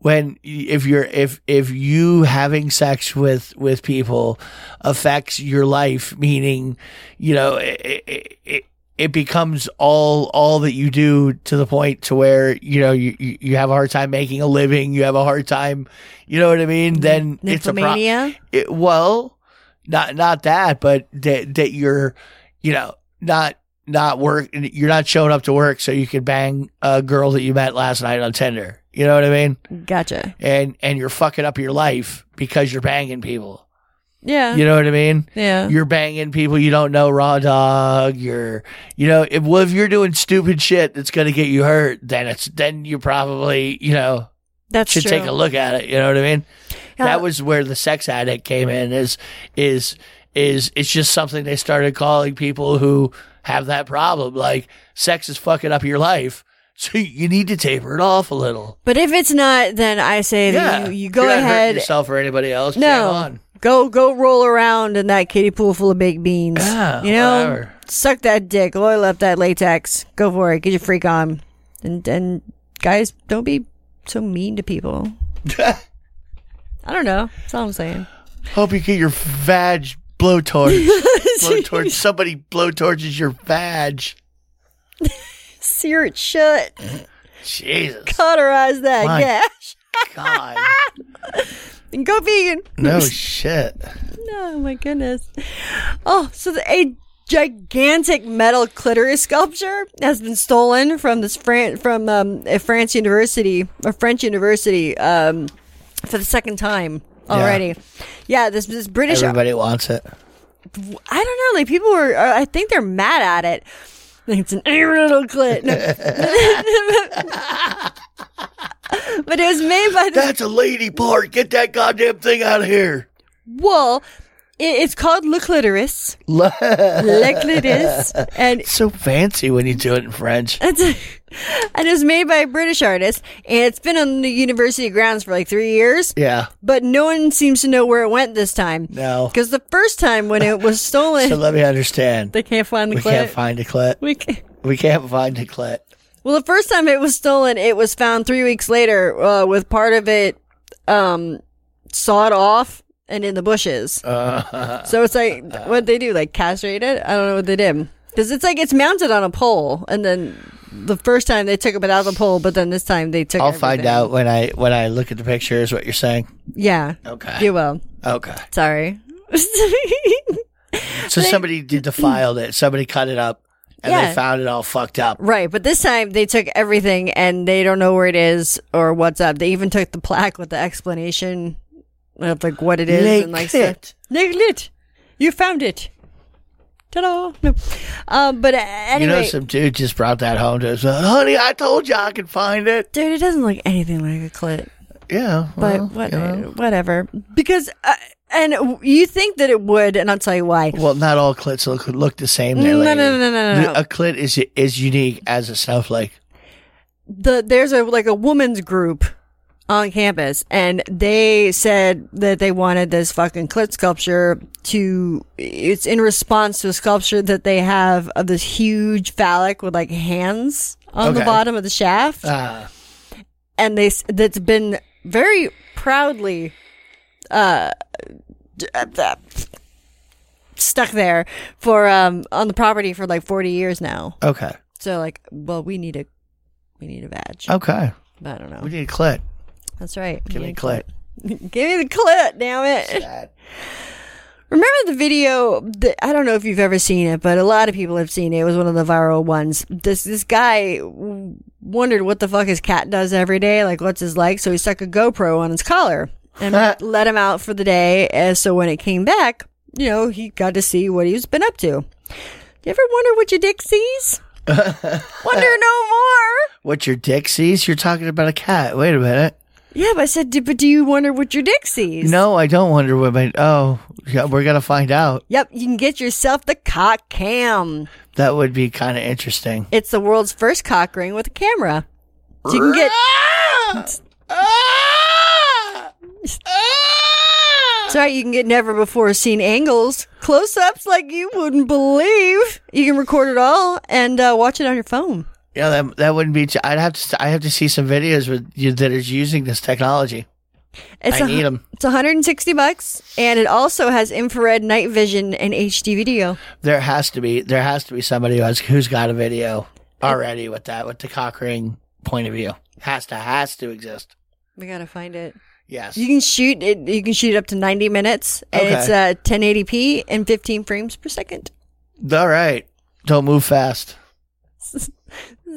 [SPEAKER 7] When y- if you're if if you having sex with with people affects your life, meaning you know it it, it, it becomes all all that you do to the point to where you know you you you have a hard time making a living, you have a hard time, you know what I mean? Then it's a pro-
[SPEAKER 6] Nymphomania?
[SPEAKER 7] it, well, not not that, but that that you're, you know, not not work. You're not showing up to work so you can bang a girl that you met last night on Tinder. You know what I mean?
[SPEAKER 6] Gotcha.
[SPEAKER 7] And and you're fucking up your life because you're banging people.
[SPEAKER 6] Yeah.
[SPEAKER 7] You know what I mean?
[SPEAKER 6] Yeah.
[SPEAKER 7] You're banging people you don't know, raw dog. You're, you know, if, well, if you're doing stupid shit that's gonna get you hurt, then it's then you probably, you know,
[SPEAKER 6] That's
[SPEAKER 7] should
[SPEAKER 6] true.
[SPEAKER 7] take a look at it. You know what I mean?
[SPEAKER 6] Yeah.
[SPEAKER 7] That was where the sex addict came in. Is is is it's just something they started calling people who have that problem. Like sex is fucking up your life, so you need to taper it off a little.
[SPEAKER 6] But if it's not, then I say that you, you go
[SPEAKER 7] You're not hurting
[SPEAKER 6] ahead.
[SPEAKER 7] yourself or anybody else. Jam
[SPEAKER 6] No,
[SPEAKER 7] on.
[SPEAKER 6] go go roll around in that kiddie pool full of baked beans.
[SPEAKER 7] Yeah,
[SPEAKER 6] you know,
[SPEAKER 7] whatever.
[SPEAKER 6] suck that dick, oil up that latex. Go for it. Get your freak on, and and guys, don't be so mean to people. I don't know. That's all I'm saying.
[SPEAKER 7] Hope you get your vag blowtorch. blowtorch. Somebody blowtorches your vag.
[SPEAKER 6] Sear it shut.
[SPEAKER 7] Jesus.
[SPEAKER 6] Cauterize that
[SPEAKER 7] My
[SPEAKER 6] gash.
[SPEAKER 7] God.
[SPEAKER 6] and go vegan.
[SPEAKER 7] No shit.
[SPEAKER 6] Oh my goodness. Oh, so the, a gigantic metal clitoris sculpture has been stolen from this Fran- from um, a France university, a French university, um, for the second time already. Yeah, this this British.
[SPEAKER 7] Everybody wants it.
[SPEAKER 6] I don't know. Like people were, are, I think they're mad at it. Like it's an little clit. No. but it was made by the
[SPEAKER 7] That's a lady part. Get that goddamn thing out of here.
[SPEAKER 6] Well, it, it's called Le Clitoris.
[SPEAKER 7] Le
[SPEAKER 6] Le Clitoris. And
[SPEAKER 7] so fancy when you do it in French.
[SPEAKER 6] It's and it was made by a British artist, and it's been on the university grounds for like three years.
[SPEAKER 7] Yeah.
[SPEAKER 6] But no one seems to know where it went this time.
[SPEAKER 7] No.
[SPEAKER 6] Because the first time when it was stolen,
[SPEAKER 7] So let me understand.
[SPEAKER 6] they can't find the
[SPEAKER 7] We
[SPEAKER 6] clip.
[SPEAKER 7] can't find a clit.
[SPEAKER 6] we can't.
[SPEAKER 7] We can't find a clit.
[SPEAKER 6] Well, the first time it was stolen, it was found three weeks later uh, with part of it um, sawed off and in the bushes.
[SPEAKER 7] Uh.
[SPEAKER 6] so it's like, what they do? Like castrate it? I don't know what they did. Because it's like it's mounted on a pole, and then the first time they took it out of the pole, but then this time they took.
[SPEAKER 7] I'll find
[SPEAKER 6] everything.
[SPEAKER 7] out when I when I look at the picture. Is what you're saying?
[SPEAKER 6] Yeah.
[SPEAKER 7] Okay.
[SPEAKER 6] You will.
[SPEAKER 7] Okay.
[SPEAKER 6] Sorry.
[SPEAKER 7] So somebody did defiled it. Somebody cut it up, and
[SPEAKER 6] Yeah.
[SPEAKER 7] they found it all fucked up.
[SPEAKER 6] right, but this time they took everything, and they don't know where it is or what's up. They even took the plaque with the explanation of like what it is and like stuff.
[SPEAKER 7] Legit.
[SPEAKER 6] Legit. You found it. Ta-da. No. Um, but uh, anyway,
[SPEAKER 7] You know, some dude just brought that home to us. Honey, I told you I could find it.
[SPEAKER 6] dude, it doesn't look anything like a clit.
[SPEAKER 7] Yeah.
[SPEAKER 6] But
[SPEAKER 7] well,
[SPEAKER 6] what,
[SPEAKER 7] you know.
[SPEAKER 6] whatever. Because uh, and w- you think that it would, and I'll tell you why.
[SPEAKER 7] Well, not all clits look look the same. There,
[SPEAKER 6] No,
[SPEAKER 7] lady.
[SPEAKER 6] no, no, no, no, no.
[SPEAKER 7] A clit is is unique as a snowflake.
[SPEAKER 6] The there's a like a woman's group on campus and they said that they wanted this fucking clit sculpture to, it's in response to a sculpture that they have of this huge phallic with like hands on the
[SPEAKER 7] Okay.
[SPEAKER 6] bottom of the shaft.
[SPEAKER 7] Ah.
[SPEAKER 6] and they, s- that's been very proudly, uh, d- uh, th- stuck there for, um, on the property for like 40 years now.
[SPEAKER 7] Okay.
[SPEAKER 6] So like, well, we need a, we need a badge.
[SPEAKER 7] Okay.
[SPEAKER 6] But I don't know.
[SPEAKER 7] We need a clit.
[SPEAKER 6] That's right.
[SPEAKER 7] Give me a
[SPEAKER 6] Yeah,
[SPEAKER 7] clit.
[SPEAKER 6] Give me the clit, damn it. Remember the video? That, I don't know if you've ever seen it, but a lot of people have seen it. It was one of the viral ones. This this guy w- wondered what the fuck his cat does every day, like what's his like. So he stuck a GoPro on his collar and let him out for the day. And so when it came back, you know, he got to see what he's been up to. You ever wonder what your dick sees? wonder no more.
[SPEAKER 7] What your dick sees? You're talking about a cat. Wait a minute.
[SPEAKER 6] Yeah, but I said, "Do- but do you wonder what your dick sees?
[SPEAKER 7] No, I don't wonder what my. Oh, yeah, we're gonna find out.
[SPEAKER 6] Yep, you can get yourself the cock cam.
[SPEAKER 7] That would be kind of interesting.
[SPEAKER 6] It's the world's first cock ring with a camera. So you can get. It's all right, you can get never before seen angles, close ups like you wouldn't believe. You can record it all and uh, watch it on your phone.
[SPEAKER 7] Yeah, that that wouldn't be. T- I'd have to. I have to see some videos with you that is using this technology.
[SPEAKER 6] It's
[SPEAKER 7] I
[SPEAKER 6] a-
[SPEAKER 7] need 'em.
[SPEAKER 6] It's 160 bucks, and it also has infrared night vision and HD video.
[SPEAKER 7] There has to be. There has to be somebody who has who's got a video already with that with the cock ring point of view. Has to has to exist.
[SPEAKER 6] We gotta find it.
[SPEAKER 7] Yes.
[SPEAKER 6] You can shoot it. You can shoot it up to 90 minutes, and
[SPEAKER 7] Okay.
[SPEAKER 6] it's uh, 1080p and 15 frames per second.
[SPEAKER 7] All right. Don't move fast.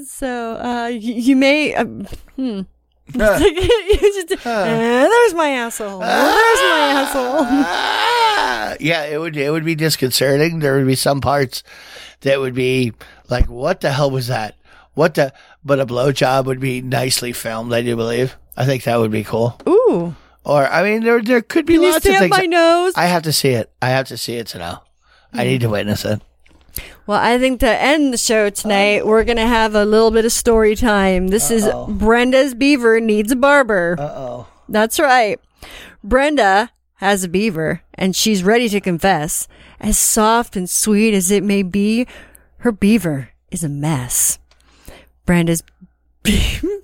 [SPEAKER 6] So uh, you, you may. Um, hmm. You just- uh, there's my asshole.
[SPEAKER 7] Ah,
[SPEAKER 6] There's my asshole.
[SPEAKER 7] Uh, yeah, it would it would be disconcerting. There would be some parts that would be like, "What the hell was that?" What the? But a blowjob would be nicely filmed. I do believe. I think that would be cool.
[SPEAKER 6] Ooh.
[SPEAKER 7] Or I mean, there there could be
[SPEAKER 6] Can you
[SPEAKER 7] lots of
[SPEAKER 6] stamp
[SPEAKER 7] things.
[SPEAKER 6] my nose?
[SPEAKER 7] I have to see it. I have to see it to know. I need to witness it.
[SPEAKER 6] Well, I think to end the show tonight, we're gonna have a little bit of story time. This is Brenda's beaver needs a barber. Uh
[SPEAKER 7] oh.
[SPEAKER 6] That's right. Brenda has a beaver, and she's ready to confess. As soft and sweet as it may be, her beaver is a mess. Brenda's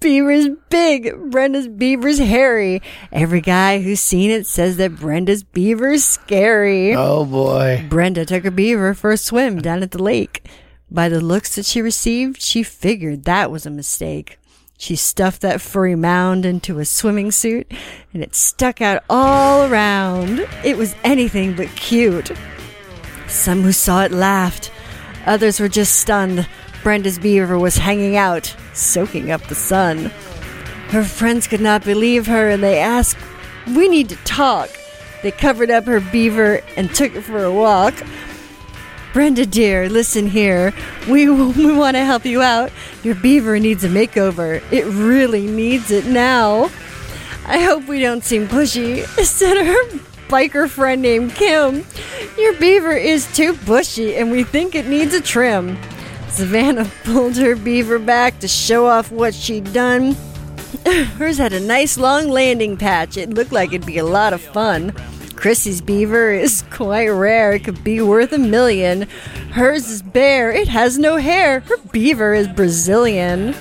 [SPEAKER 6] beaver's big. Brenda's beaver's hairy. Every guy who's seen it says that Brenda's beaver's scary.
[SPEAKER 7] Oh boy.
[SPEAKER 6] Brenda took her beaver for a swim down at the lake. By the looks that she received, she figured that was a mistake. She stuffed that furry mound into a swimming suit, and it stuck out all around. It was anything but cute. Some who saw it laughed, others were just stunned. Brenda's beaver was hanging out, soaking up the sun. Her friends could not believe her and they asked, We need to talk. They covered up her beaver and took it for a walk. Brenda, dear, listen here. We, we want to help you out. Your beaver needs a makeover. It really needs it now. I hope we don't seem pushy, said her biker friend named Kim. Your beaver is too bushy and we think it needs a trim. Savannah pulled her beaver back to show off what she'd done. Hers had a nice long landing patch. It looked like it'd be a lot of fun. Chrissy's beaver is quite rare. It could be worth a million. Hers is bare. It has no hair. Her beaver is Brazilian.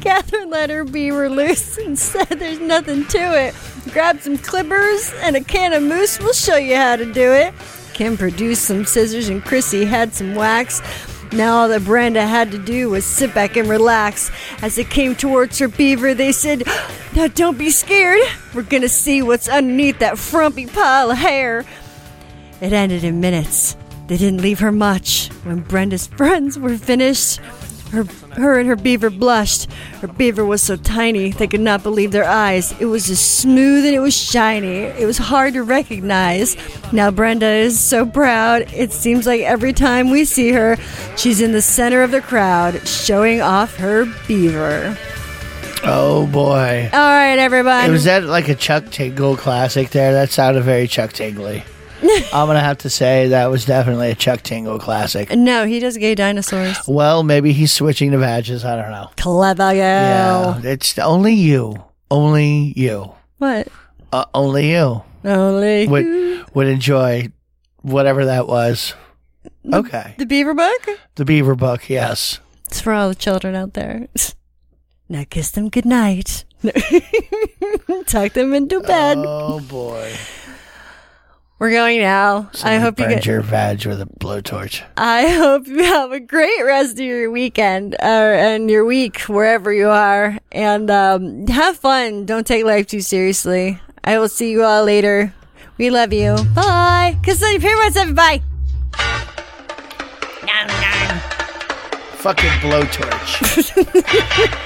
[SPEAKER 6] Catherine let her beaver loose and said there's nothing to it. Grab some clippers and a can of mousse. We'll show you how to do it. Kim produced some scissors and Chrissy had some wax. Now all that Brenda had to do was sit back and relax. As they came towards her beaver, they said, Now don't be scared. We're gonna see what's underneath that frumpy pile of hair. It ended in minutes. They didn't leave her much. When Brenda's friends were finished, her, her and her beaver blushed. Her beaver was so tiny they could not believe their eyes. It was as smooth and it was shiny. It was hard to recognize. Now Brenda is so proud. It seems like every time we see her, she's in the center of the crowd, showing off her beaver.
[SPEAKER 7] Oh boy.
[SPEAKER 6] All right, everybody.
[SPEAKER 7] It was that like a Chuck Tingle classic there? That sounded very Chuck Tingly. I'm gonna have to say that was definitely a Chuck Tingle classic.
[SPEAKER 6] no, he does gay dinosaurs.
[SPEAKER 7] Well, maybe he's switching to badges. I don't know.
[SPEAKER 6] Clever girl.
[SPEAKER 7] Yeah, it's only you. only you,
[SPEAKER 6] What?
[SPEAKER 7] uh, only you,
[SPEAKER 6] Only
[SPEAKER 7] would would enjoy whatever that was. Okay,
[SPEAKER 6] the Beaver Book.
[SPEAKER 7] the Beaver Book, yes.
[SPEAKER 6] It's for all the children out there. Now kiss them goodnight. Tuck them into bed.
[SPEAKER 7] Oh boy.
[SPEAKER 6] We're going now. I hope you
[SPEAKER 7] Burned
[SPEAKER 6] get.
[SPEAKER 7] your vag with a blowtorch.
[SPEAKER 6] I hope you have a great rest of your weekend uh, and your week wherever you are, and um, have fun. Don't take life too seriously. I will see you all later. We love you. Bye. Kiss your parents. Bye.
[SPEAKER 7] Fucking blowtorch.